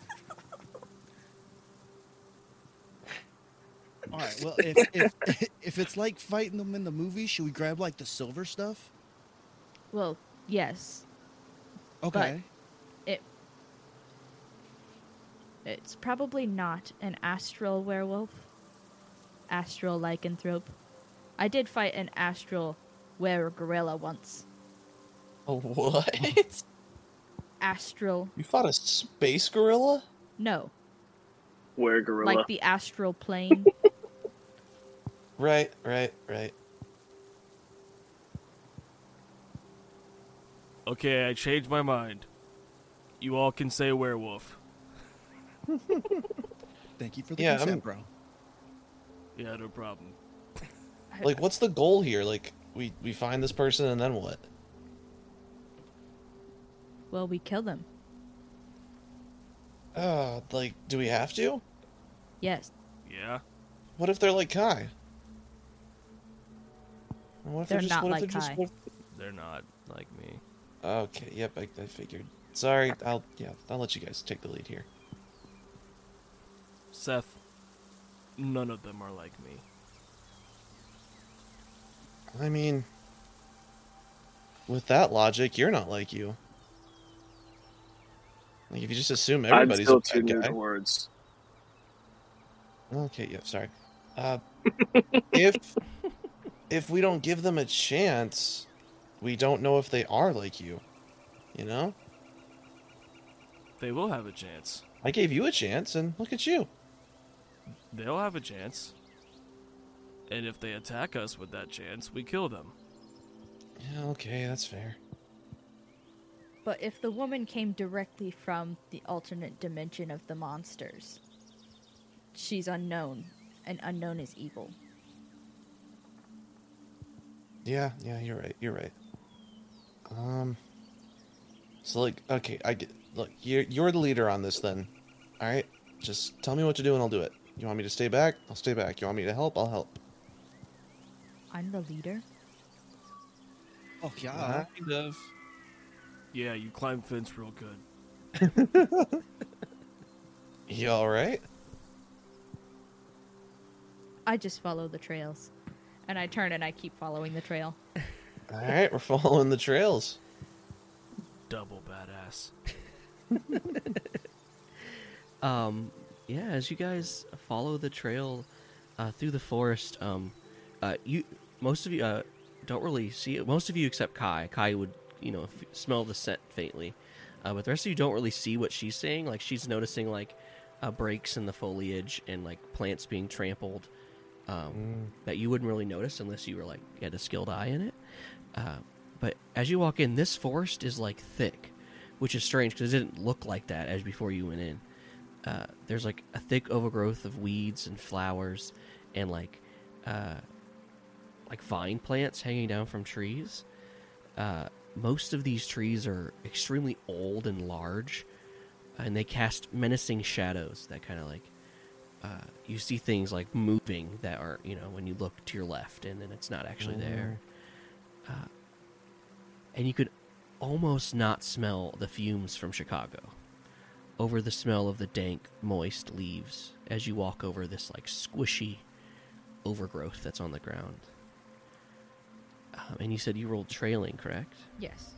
All right. Well, if if if it's like fighting them in the movie, should we grab like the silver stuff?
well, yes.
Okay.
It It's probably not an astral werewolf. Astral lycanthrope. I did fight an astral were gorilla once.
What?
Astral
you fought a space gorilla?
no.
Were gorilla.
Like the astral plane.
Right, right, right.
Okay, I changed my mind. You all can say werewolf.
Thank you for the
Yeah,
consent,
I'm-
bro.
Yeah, no problem.
Like, what's the goal here? Like, we we find this person, and then what?
well, we kill them.
Uh, like, do we have to?
Yes.
Yeah.
What if they're like Kai? And What if
They're not
what if
like
they're just-
Kai.
what if-
They're not like me.
Okay, yep, I, I figured. Sorry, I'll yeah, I'll let you guys take the lead here.
Seth, none of them are like me.
I mean, with that logic, you're not like you. Like if you just assume
I'm
everybody's
still
a
too
bad
new
guy.
to words.
Okay, yeah, sorry. Uh, if if we don't give them a chance, we don't know if they are like you. You know,
They will have a chance.
I gave you a chance, and look at you.
They'll have a chance. And if they attack us with that chance, we kill them.
Yeah, okay, that's fair.
But if the woman came directly from the alternate dimension of the monsters, she's unknown, and unknown is evil.
Yeah, yeah, you're right. You're right. Um. So like, okay, I get. Look, you're you're the leader on this then. All right, just tell me what to do and I'll do it. You want me to stay back? I'll stay back. You want me to help? I'll help.
I'm the leader.
Oh yeah.
Kind of.
Yeah, you climb fence real good.
You all right?
I just follow the trails, and I turn and I keep following the trail.
All right, we're following the trails.
Double badass.
um, yeah, as you guys follow the trail uh, through the forest, um, uh, you most of you uh, don't really see it. Most of you except Kai. Kai would you know f- smell the scent faintly, uh, but the rest of you don't really see what she's saying. Like she's noticing like uh, breaks in the foliage and like plants being trampled. Um, that you wouldn't really notice unless you were like had a skilled eye in it. Uh, but as you walk in, this forest is like thick, which is strange because it didn't look like that as before you went in. Uh, there's like a thick overgrowth of weeds and flowers, and like uh, like vine plants hanging down from trees. Uh, most of these trees are extremely old and large, and they cast menacing shadows that kind of like uh, you see things like moving that are you know when you look to your left and then it's not actually there uh, and you could almost not smell the fumes from chicago over the smell of the dank moist leaves as you walk over this like squishy overgrowth that's on the ground um, and you said you rolled trailing correct
Yes.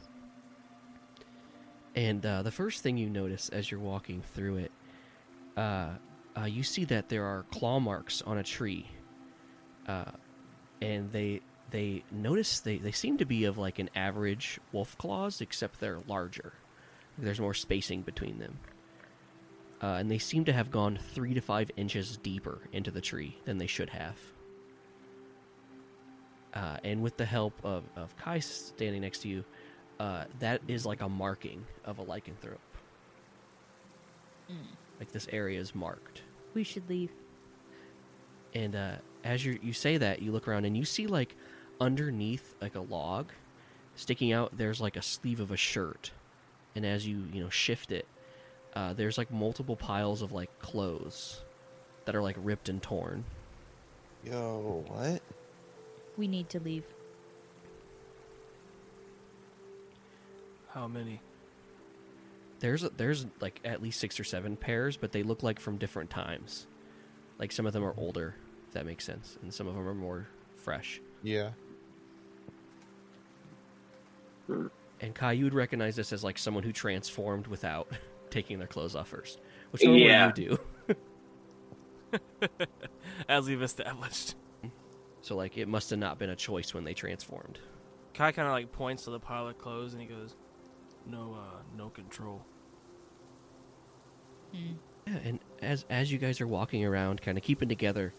and uh, the first thing you notice as you're walking through it, uh, uh, you see that there are claw marks on a tree, uh, and they they notice they they seem to be of like an average wolf claws, except they're larger. There's more spacing between them, uh, and they seem to have gone three to five inches deeper into the tree than they should have. Uh, and with the help of, of Kai standing next to you, uh, that is like a marking of a lycanthrope. Like this area is marked.
We should leave.
And uh, as you you say that, you look around and you see like underneath like a log sticking out. There's like a sleeve of a shirt, and as you you know shift it, uh, there's like multiple piles of like clothes that are like ripped and torn.
Yo, what?
We need to leave.
How many?
There's a, there's like at least six or seven pairs, but they look like from different times. Like some of them are older, if that makes sense, and some of them are more fresh.
Yeah.
And Kai, you would recognize this as like someone who transformed without taking their clothes off first, which
Yeah.
yeah. you do.
As we've established.
So like, it must have not been a choice when they transformed.
Kai kind of like points to the pile of clothes and he goes, "No, uh, no control."
Yeah, and as as you guys are walking around, kind of keeping together,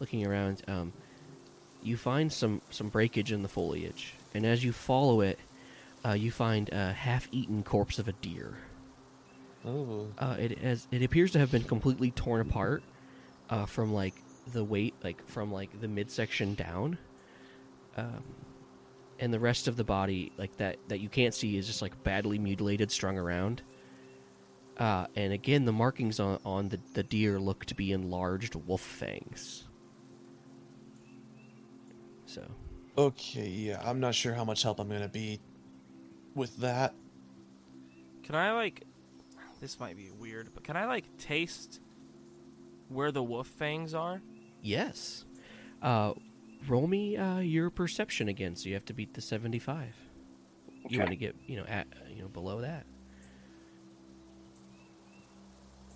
looking around, um, you find some some breakage in the foliage, and as you follow it, uh, you find a half-eaten corpse of a deer.
Oh.
Uh, it has it appears to have been completely torn apart uh, from like the weight, like from like the midsection down, um, and the rest of the body, like that that you can't see, is just like badly mutilated, strung around. Uh, and again, the markings on, on the, the deer look to be enlarged wolf fangs. So,
Okay, yeah, I'm not sure how much help I'm gonna be with that.
Can I like? This might be weird, but can I like taste where the wolf fangs are?
Yes. Uh, roll me uh, your perception again, so you have to beat the seventy-five. You
Okay.
want to get you know at you know below that.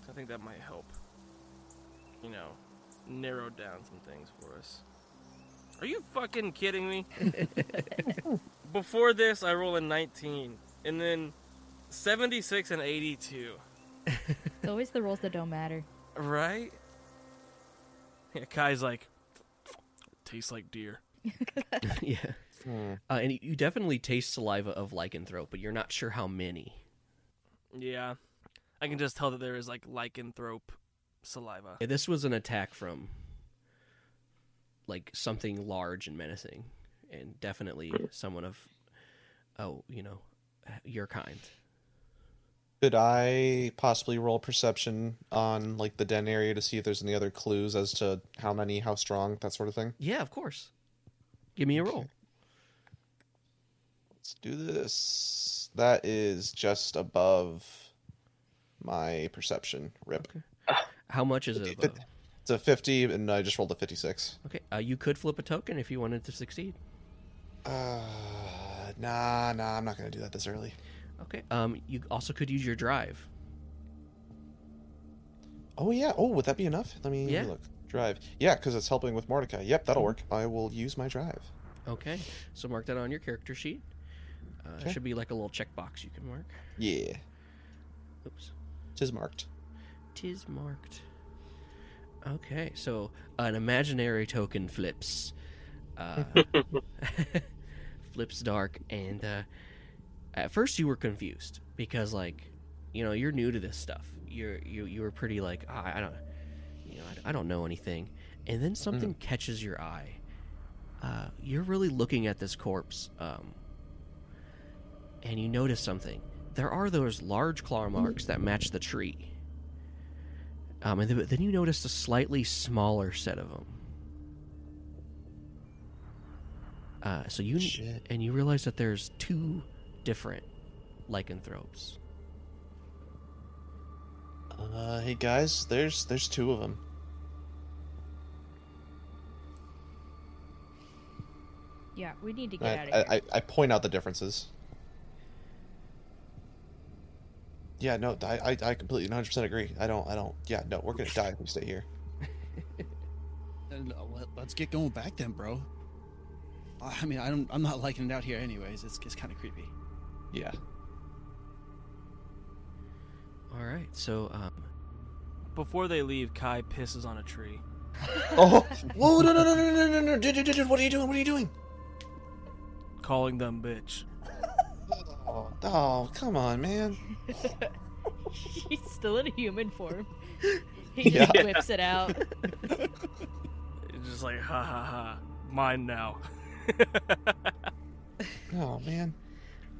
I think that might help. You know, narrow down some things for us. Are you fucking kidding me? Before this, I roll a 19, and then 76 and 82.
It's always the rolls that don't matter.
Right? Yeah, Kai's like, tastes like deer.
yeah. Uh, and you definitely taste saliva of lycanthrope, but you're not sure how many.
Yeah. I can just tell that there is like lycanthrope saliva.
Yeah, This was an attack from like something large and menacing, and definitely someone of oh, you know, your kind.
Could I possibly roll perception on like the den area to see if there's any other clues as to how many, how strong, that sort of thing?
Yeah, of course. Give me a roll.
Let's do this. That is just above my perception. Rip.
How much is it above?
It's a 50, and I just rolled a 56.
Okay, uh, you could flip a token if you wanted to succeed.
Uh, nah, nah, I'm not gonna do that this early.
Okay. Um, you also could use your drive.
Oh yeah. Oh, would that be enough? Let me
Yeah.
look. Drive. Yeah, because it's helping with Mordecai. Yep,
Mm-hmm.
that'll work. I will use my drive.
Okay, so mark that on your character sheet. Uh, it
Okay.
Should be like a little checkbox you can mark.
Yeah.
Oops.
Tis marked.
Tis marked. Okay, so an imaginary token flips, uh, flips dark, and uh, at first you were confused because, like, you know, you're new to this stuff. You're you you were pretty like "Ah, I don't, you know, I, I don't know anything. And then something catches your eye. Uh, you're really looking at this corpse, um, and you notice something. There are those large claw marks that match the tree. Um, and th- then you noticed a slightly smaller set of them. Uh, so you
Shit.
and you realize that there's two different lycanthropes.
Uh, hey guys, there's there's two of them.
Yeah, we need to
I,
get out of here.
I, I I point out the differences. Yeah, no, I I, I completely 100 percent agree. I don't I don't. Yeah, no, we're gonna die if we stay here.
And, uh, let- Let's get going back then, bro. I mean, I don't, I'm not liking it out here, anyways. It's, it's kind of creepy.
Yeah.
All right, so um,
Before they leave, Kai pisses on a tree.
Oh, whoa! No, no, no, no, no, no, no! Dude, dude, dude, dude, what are you doing? What are you doing?
Calling them bitch.
Oh, oh, come on, man.
He's still in human form. He
Yeah.
just whips it out.
It's just like, ha ha ha. Mine now.
Oh man.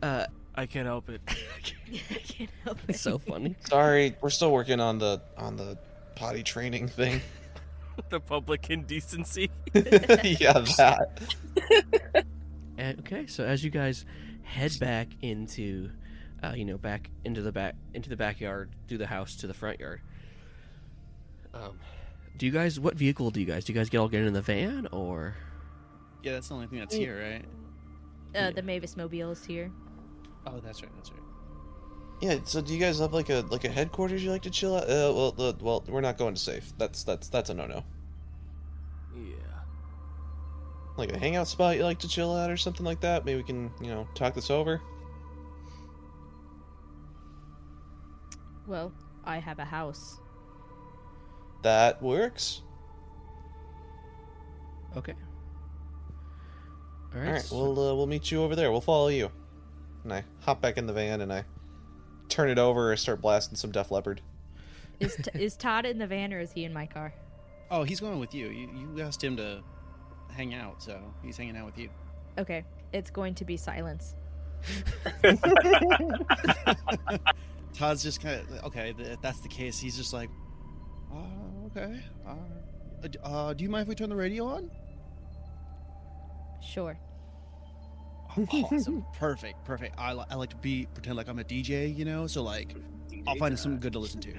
uh,
I can't help it.
I can't help it.
it's so funny.
Sorry, we're still working on the on the potty training thing.
the public indecency.
yeah, that.
And, okay, so as you guys head back into, uh, you know, back into the back into the backyard, through the house to the front yard. Um, do you guys? What vehicle do you guys? Do you guys get all get in the van or?
Yeah, that's the only thing that's here, right?
Yeah.
Uh, the Mavis Mobile is here.
Oh, that's right, that's right.
Yeah. So, do you guys have like a like a headquarters you like to chill at? Uh, well, uh, well, we're not going to safe. That's that's that's a no no.
Yeah.
Like a hangout spot you like to chill at or something like that. Maybe we can you know talk this over.
Well, I have a house.
That works.
Okay. All
All
right.
right.
so-
We'll uh, we'll meet you over there. We'll follow you. And I hop back in the van and I turn it over. I start blasting some Def Leopard.
Is t- is Todd in the van or is he in my car?
Oh, he's going with you. You, you asked him to hang out, so he's hanging out with you.
Okay, it's going to be silence.
Todd's just kind of okay. th- If that's the case, he's just like, uh, okay. Uh, uh, d- uh, do you mind if we turn the radio on?
Sure.
awesome. perfect. Perfect. I, li- I like to be pretend like I'm a DJ, you know? So like I'll find something good to listen to.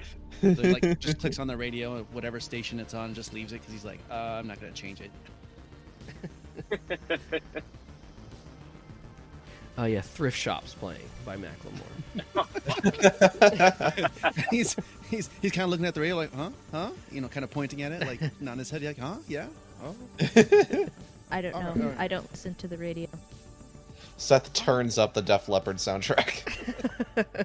So he, like just clicks on the radio and whatever station it's on, just leaves it cuz he's like, uh, I'm not going to change it.
Oh yeah, thrift shops playing by Macklemore.
he's he's he's kind of looking at the radio like, "Huh? Huh?" You know, kind of pointing at it like not in his head like, "Huh? Yeah." Oh.
I don't
All right,
know.
all right.
I don't listen to the radio.
Seth turns up the Def Leppard soundtrack.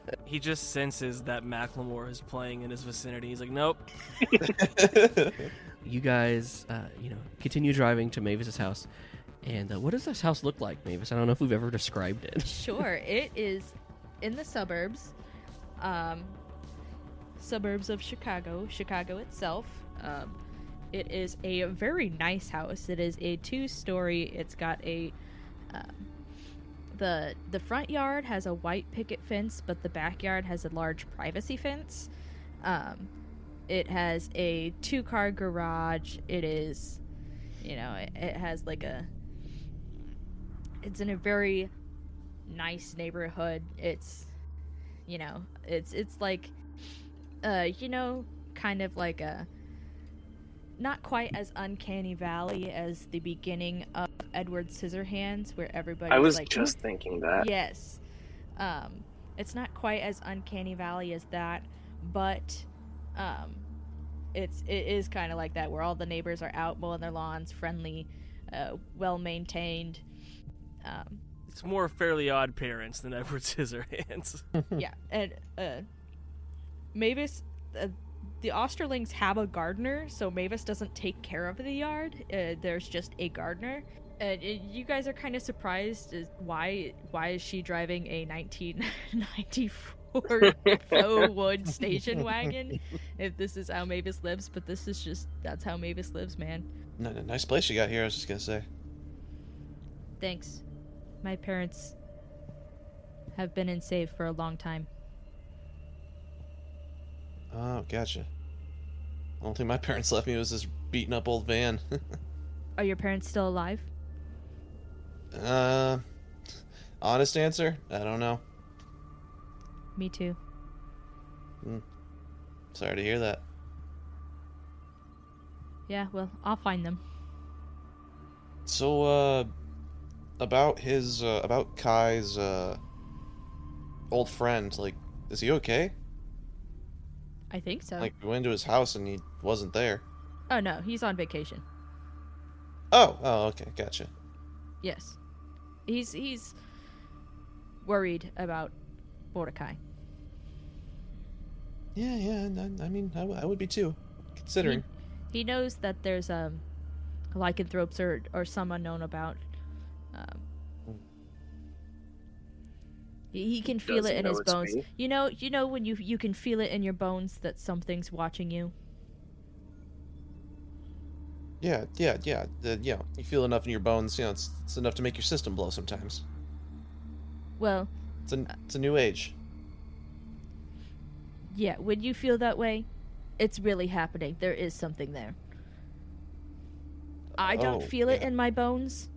He just senses that Macklemore is playing in his vicinity. He's like, nope.
You guys, uh, you know, continue driving to Mavis's house. And uh, what does this house look like, Mavis? I don't know if we've ever described it.
Sure, it is in the suburbs, um, suburbs of Chicago, Chicago itself. Um, it is a very nice house. It is a two-story. It's got a um, the the front yard has a white picket fence, but the backyard has a large privacy fence. Um, it has a two-car garage. It is, you know, it, it has like a. It's in a very nice neighborhood. It's you know, it's it's like uh you know, kind of like a not quite as uncanny valley as the beginning of Edward Scissorhands where everybody
I was
like,
just thinking that.
Yes. Um, it's not quite as uncanny valley as that, but um, it's it is kind of like that where all the neighbors are out mowing their lawns, friendly, uh, well maintained. Um,
It's more Fairly Odd Parents than Edward Scissorhands.
yeah, and uh, Mavis, uh, the Osterlings have a gardener, so Mavis doesn't take care of the yard. Uh, there's just a gardener, and uh, you guys are kind of surprised as why why is she driving a 1994 faux wood station wagon if this is how Mavis lives? But this is just that's how Mavis lives, man.
N- n- nice place you got here. I was just gonna say.
Thanks. My parents have been in save for a long time.
Oh, gotcha. The only thing my parents left me was this beaten up old van.
Are your parents still alive?
uh, honest answer, I don't know.
Me too.
Sorry to hear that.
Yeah, well, I'll find them.
So, uh, about his, uh, about Kai's, uh, old friend, like, is he okay?
I think so.
Like, we went to his house and he wasn't there.
oh no, he's on vacation.
Oh, oh, okay, gotcha.
Yes. He's he's worried about Mordecai.
Yeah, yeah, I, I mean, I, w- I would be too, considering.
He knows that there's um lycanthropes or or some unknown about. Um, he he can feel
Doesn't
it in
know
his
it's
bones.
me.
You know, you know when you you can feel it in your bones that something's watching you.
Yeah, yeah, yeah. The, you know, you feel enough in your bones, you know, it's, it's enough to make your system blow sometimes.
Well,
It's a, it's a new age.
yeah, when you feel that way, it's really happening. There is something there. I don't
Oh,
feel it
yeah.
in my bones.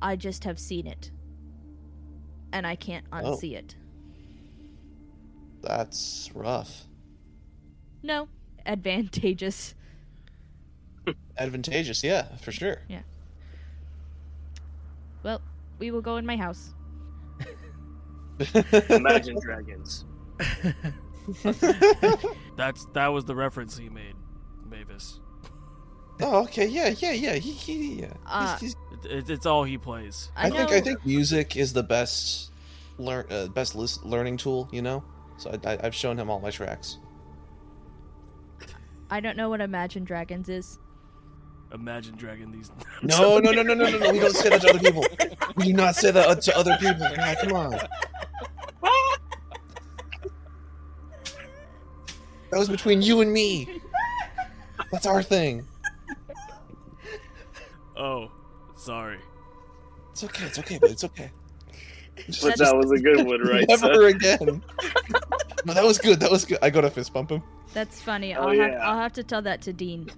I just have seen it. And I can't
Oh.
unsee it.
That's rough.
No, advantageous.
Advantageous, yeah, for sure.
Well, we will go in my house.
Imagine Dragons.
That's That was the reference he made, Mavis.
Oh, okay, yeah, yeah, yeah. He, he, yeah. He's-
Uh,
he's,
It, it, it's all he plays.
I,
I,
know
think I think music is the best learn uh, best lis- learning tool. You know, so I, I, I've shown him all my tracks.
I don't know what Imagine Dragons is.
Imagine Dragon these.
No, no, no, no, no, no, no. We don't say that to other people. We do not say that uh, to other people. God, come on. That was between you and me. That's our thing.
Oh, sorry.
It's okay. It's okay, but it's okay.
But that was a good one, right?
Never again. No, that was good. That was good. I got to fist bump him.
That's funny.
Oh,
I'll have
yeah.
I'll have to tell that to Dean.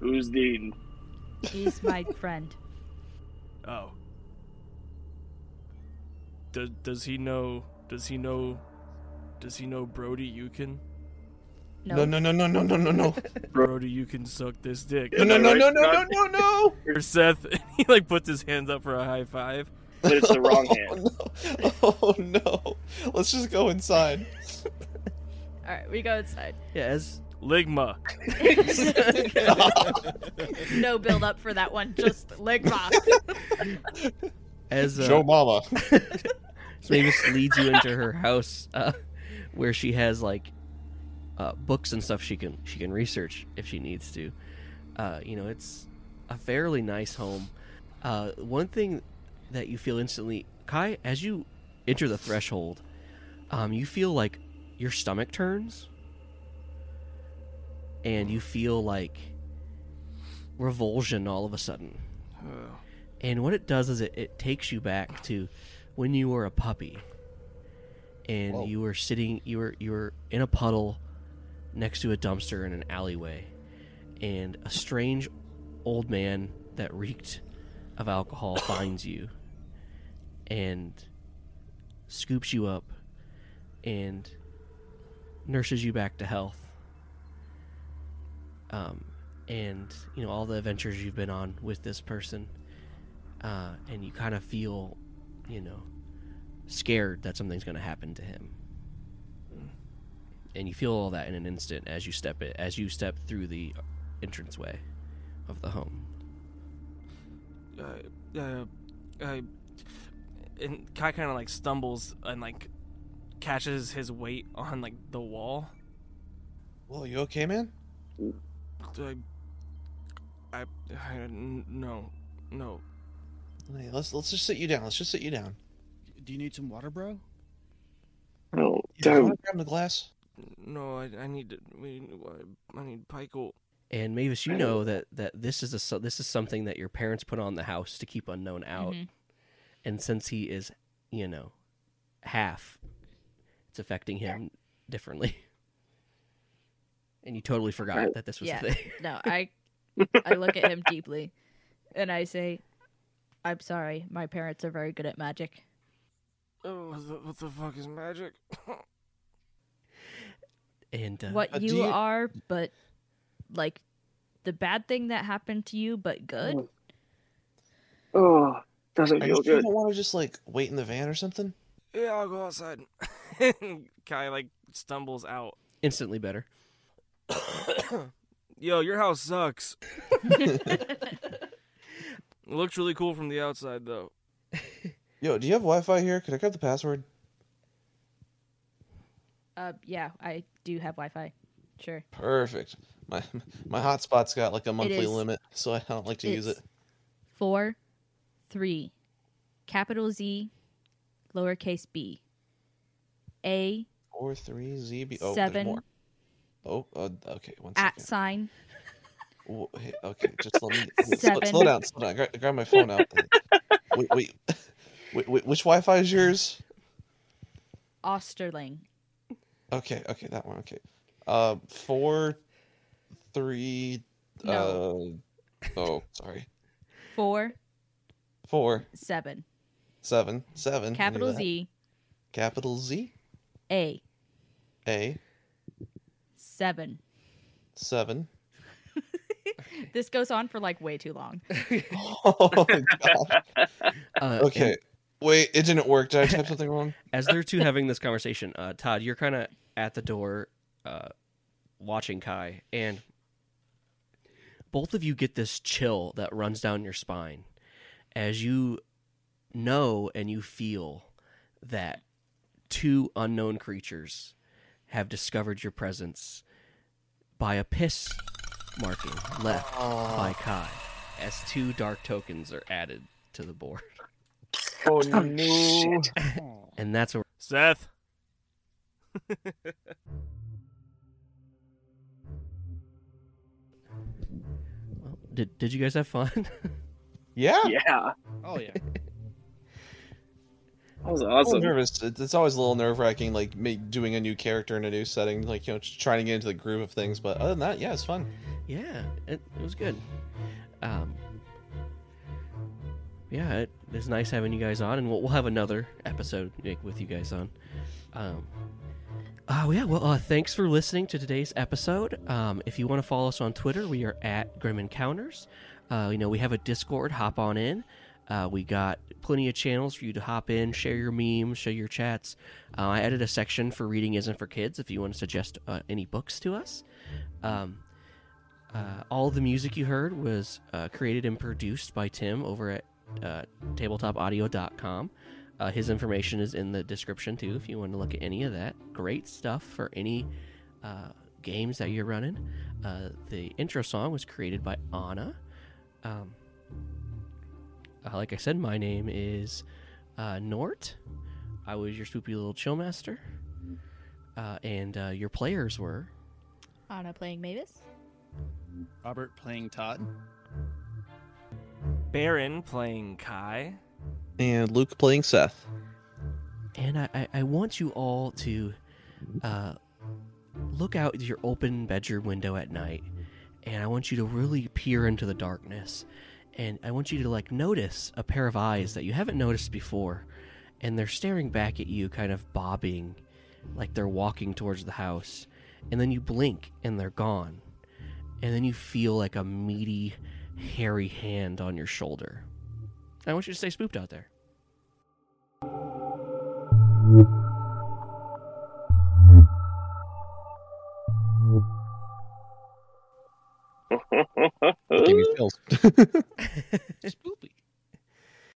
Who's Dean?
He's my friend.
Oh. does does he know? Does he know? Does he know Brody Yukin?
No, no, no, no, no, no, no, no,
Brody Yukin sucked this dick.
no, no, no, no, no, no, no, no.
Or Seth, and he like puts his hands up for a high five.
But it's the wrong hand.
Oh no! Oh no! Let's just go inside.
All right, we go outside.
Yeah, as
Ligma.
No build up for that one. Just leg rock.
as uh,
Joe Mama.
Mavis leads you into her house, uh, where she has like uh, books and stuff she can she can research if she needs to. Uh, you know, it's a fairly nice home. Uh, one thing that you feel instantly, Kai, as you enter the threshold, um, you feel like your stomach turns, and you feel like revulsion all of a sudden. And what it does is it, it takes you back to when you were a puppy and you were sitting you were you were in a puddle next to a dumpster in an alleyway and a strange old man that reeked of alcohol finds you and scoops you up and nurses you back to health um, and you know all the adventures you've been on with this person uh, and you kind of feel you know scared that something's going to happen to him and you feel all that in an instant as you step it as you step through the entranceway of the home
Uh, uh, uh, and Kai kind of like stumbles and like catches his weight on like the wall.
Whoa, you okay, man?
I, I, I n- no, no.
Hey, let's let's just sit you down. Let's just sit you down.
Do you need some water, bro?
No,
Yeah, you
don't.
wanna grab the glass?
No, I, I need to. We, I, I need Pikel.
and Mavis, you know that that this is a so- this is something that your parents put on the house to keep unknown out,
Mhm.
and since he is, you know, half, it's affecting him differently. And you totally forgot
Right.
that this was
Yeah.
a thing.
No, I I look at him deeply, and I say, "I'm sorry. My parents are very good at magic."
Oh, what the, what the fuck is magic?
And uh,
What
Uh, do
you,
you-
are, but like the bad thing that happened to you, but good.
Oh, doesn't
I
feel
guess you
good.
don't want to just like wait in the van or something.
yeah, I'll go outside. Kai like stumbles out.
instantly better.
Yo, your house sucks. It looks really cool from the outside though.
Yo, do you have Wi-Fi here? Could I grab the password?
Uh, yeah, I do have Wi-Fi. Sure.
Perfect. My my hotspot's got like a monthly
is-
limit, so I don't like to use it.
It's Four, three, capital Z, lowercase b, a
Four three ZB. Oh, there's
Seven.
more. Oh, uh, okay. One
at
second.
sign.
Whoa, hey, okay, just let me wait, slow, slow
Seven.
down. Slow down. Grab, grab my phone out. wait, wait, wait, wait. Which Wi-Fi is yours?
Osterling.
Okay, okay, that one. Okay, uh, four, three.
No.
Uh, oh, sorry.
Four,
Four,
seven,
seven, seven. I knew
capital
that.
Z,
Capital Z.
a
A
seven.
seven.
This goes on for like way too long.
Oh my god.
Uh,
Okay.
and
Wait, it didn't work. Did I type something wrong?
As they're two having this conversation, uh, Todd, you're kind of at the door, uh, watching Kai, and both of you get this chill that runs down your spine as you know and you feel that two unknown creatures have discovered your presence by a piss marking left by Kai as two dark tokens are added to the board.
Oh
shit.
And that's where
Seth.
well, did did you guys have fun?
Yeah.
Yeah, that
Oh yeah.
was
I'm a little
awesome.
nervous. It's it's always a little nerve wracking, like me doing a new character in a new setting, like you know, just trying to get into the groove of things. But other than that, yeah, it's fun.
Yeah, it, it was good. Um, yeah, it, it's nice having you guys on, and we'll, we'll have another episode Nick, with you guys on. Um, oh yeah, well, uh, thanks for listening to today's episode. Um, if you want to follow us on Twitter, we are at Grim Encounters. Uh, you know, we have a Discord. Hop on in. Uh, we got plenty of channels for you to hop in, share your memes, share your chats. Uh, I added a section for reading isn't for kids. If you want to suggest uh, any books to us. Um, uh, all the music you heard was uh, created and produced by Tim over at uh, tabletopaudio.com. Uh, his information is in the description too if you want to look at any of that. Great stuff for any uh, games that you're running. Uh, the intro song was created by Anna. Um, uh, like I said, my name is uh, Nort. I was your spoopy little chill master. Uh, and uh, your players were
Anna playing Mavis.
Robert playing Todd.
Baron playing Kai.
And Luke playing Seth.
and I, I, I want you all to uh, look out your open bedroom window at night and i want you to really peer into the darkness and i want you to like notice a pair of eyes that you haven't noticed before and they're staring back at you kind of bobbing like they're walking towards the house and then you blink and they're gone and then you feel like a meaty hairy hand on your shoulder i want you to stay spooked out there
Give me chills.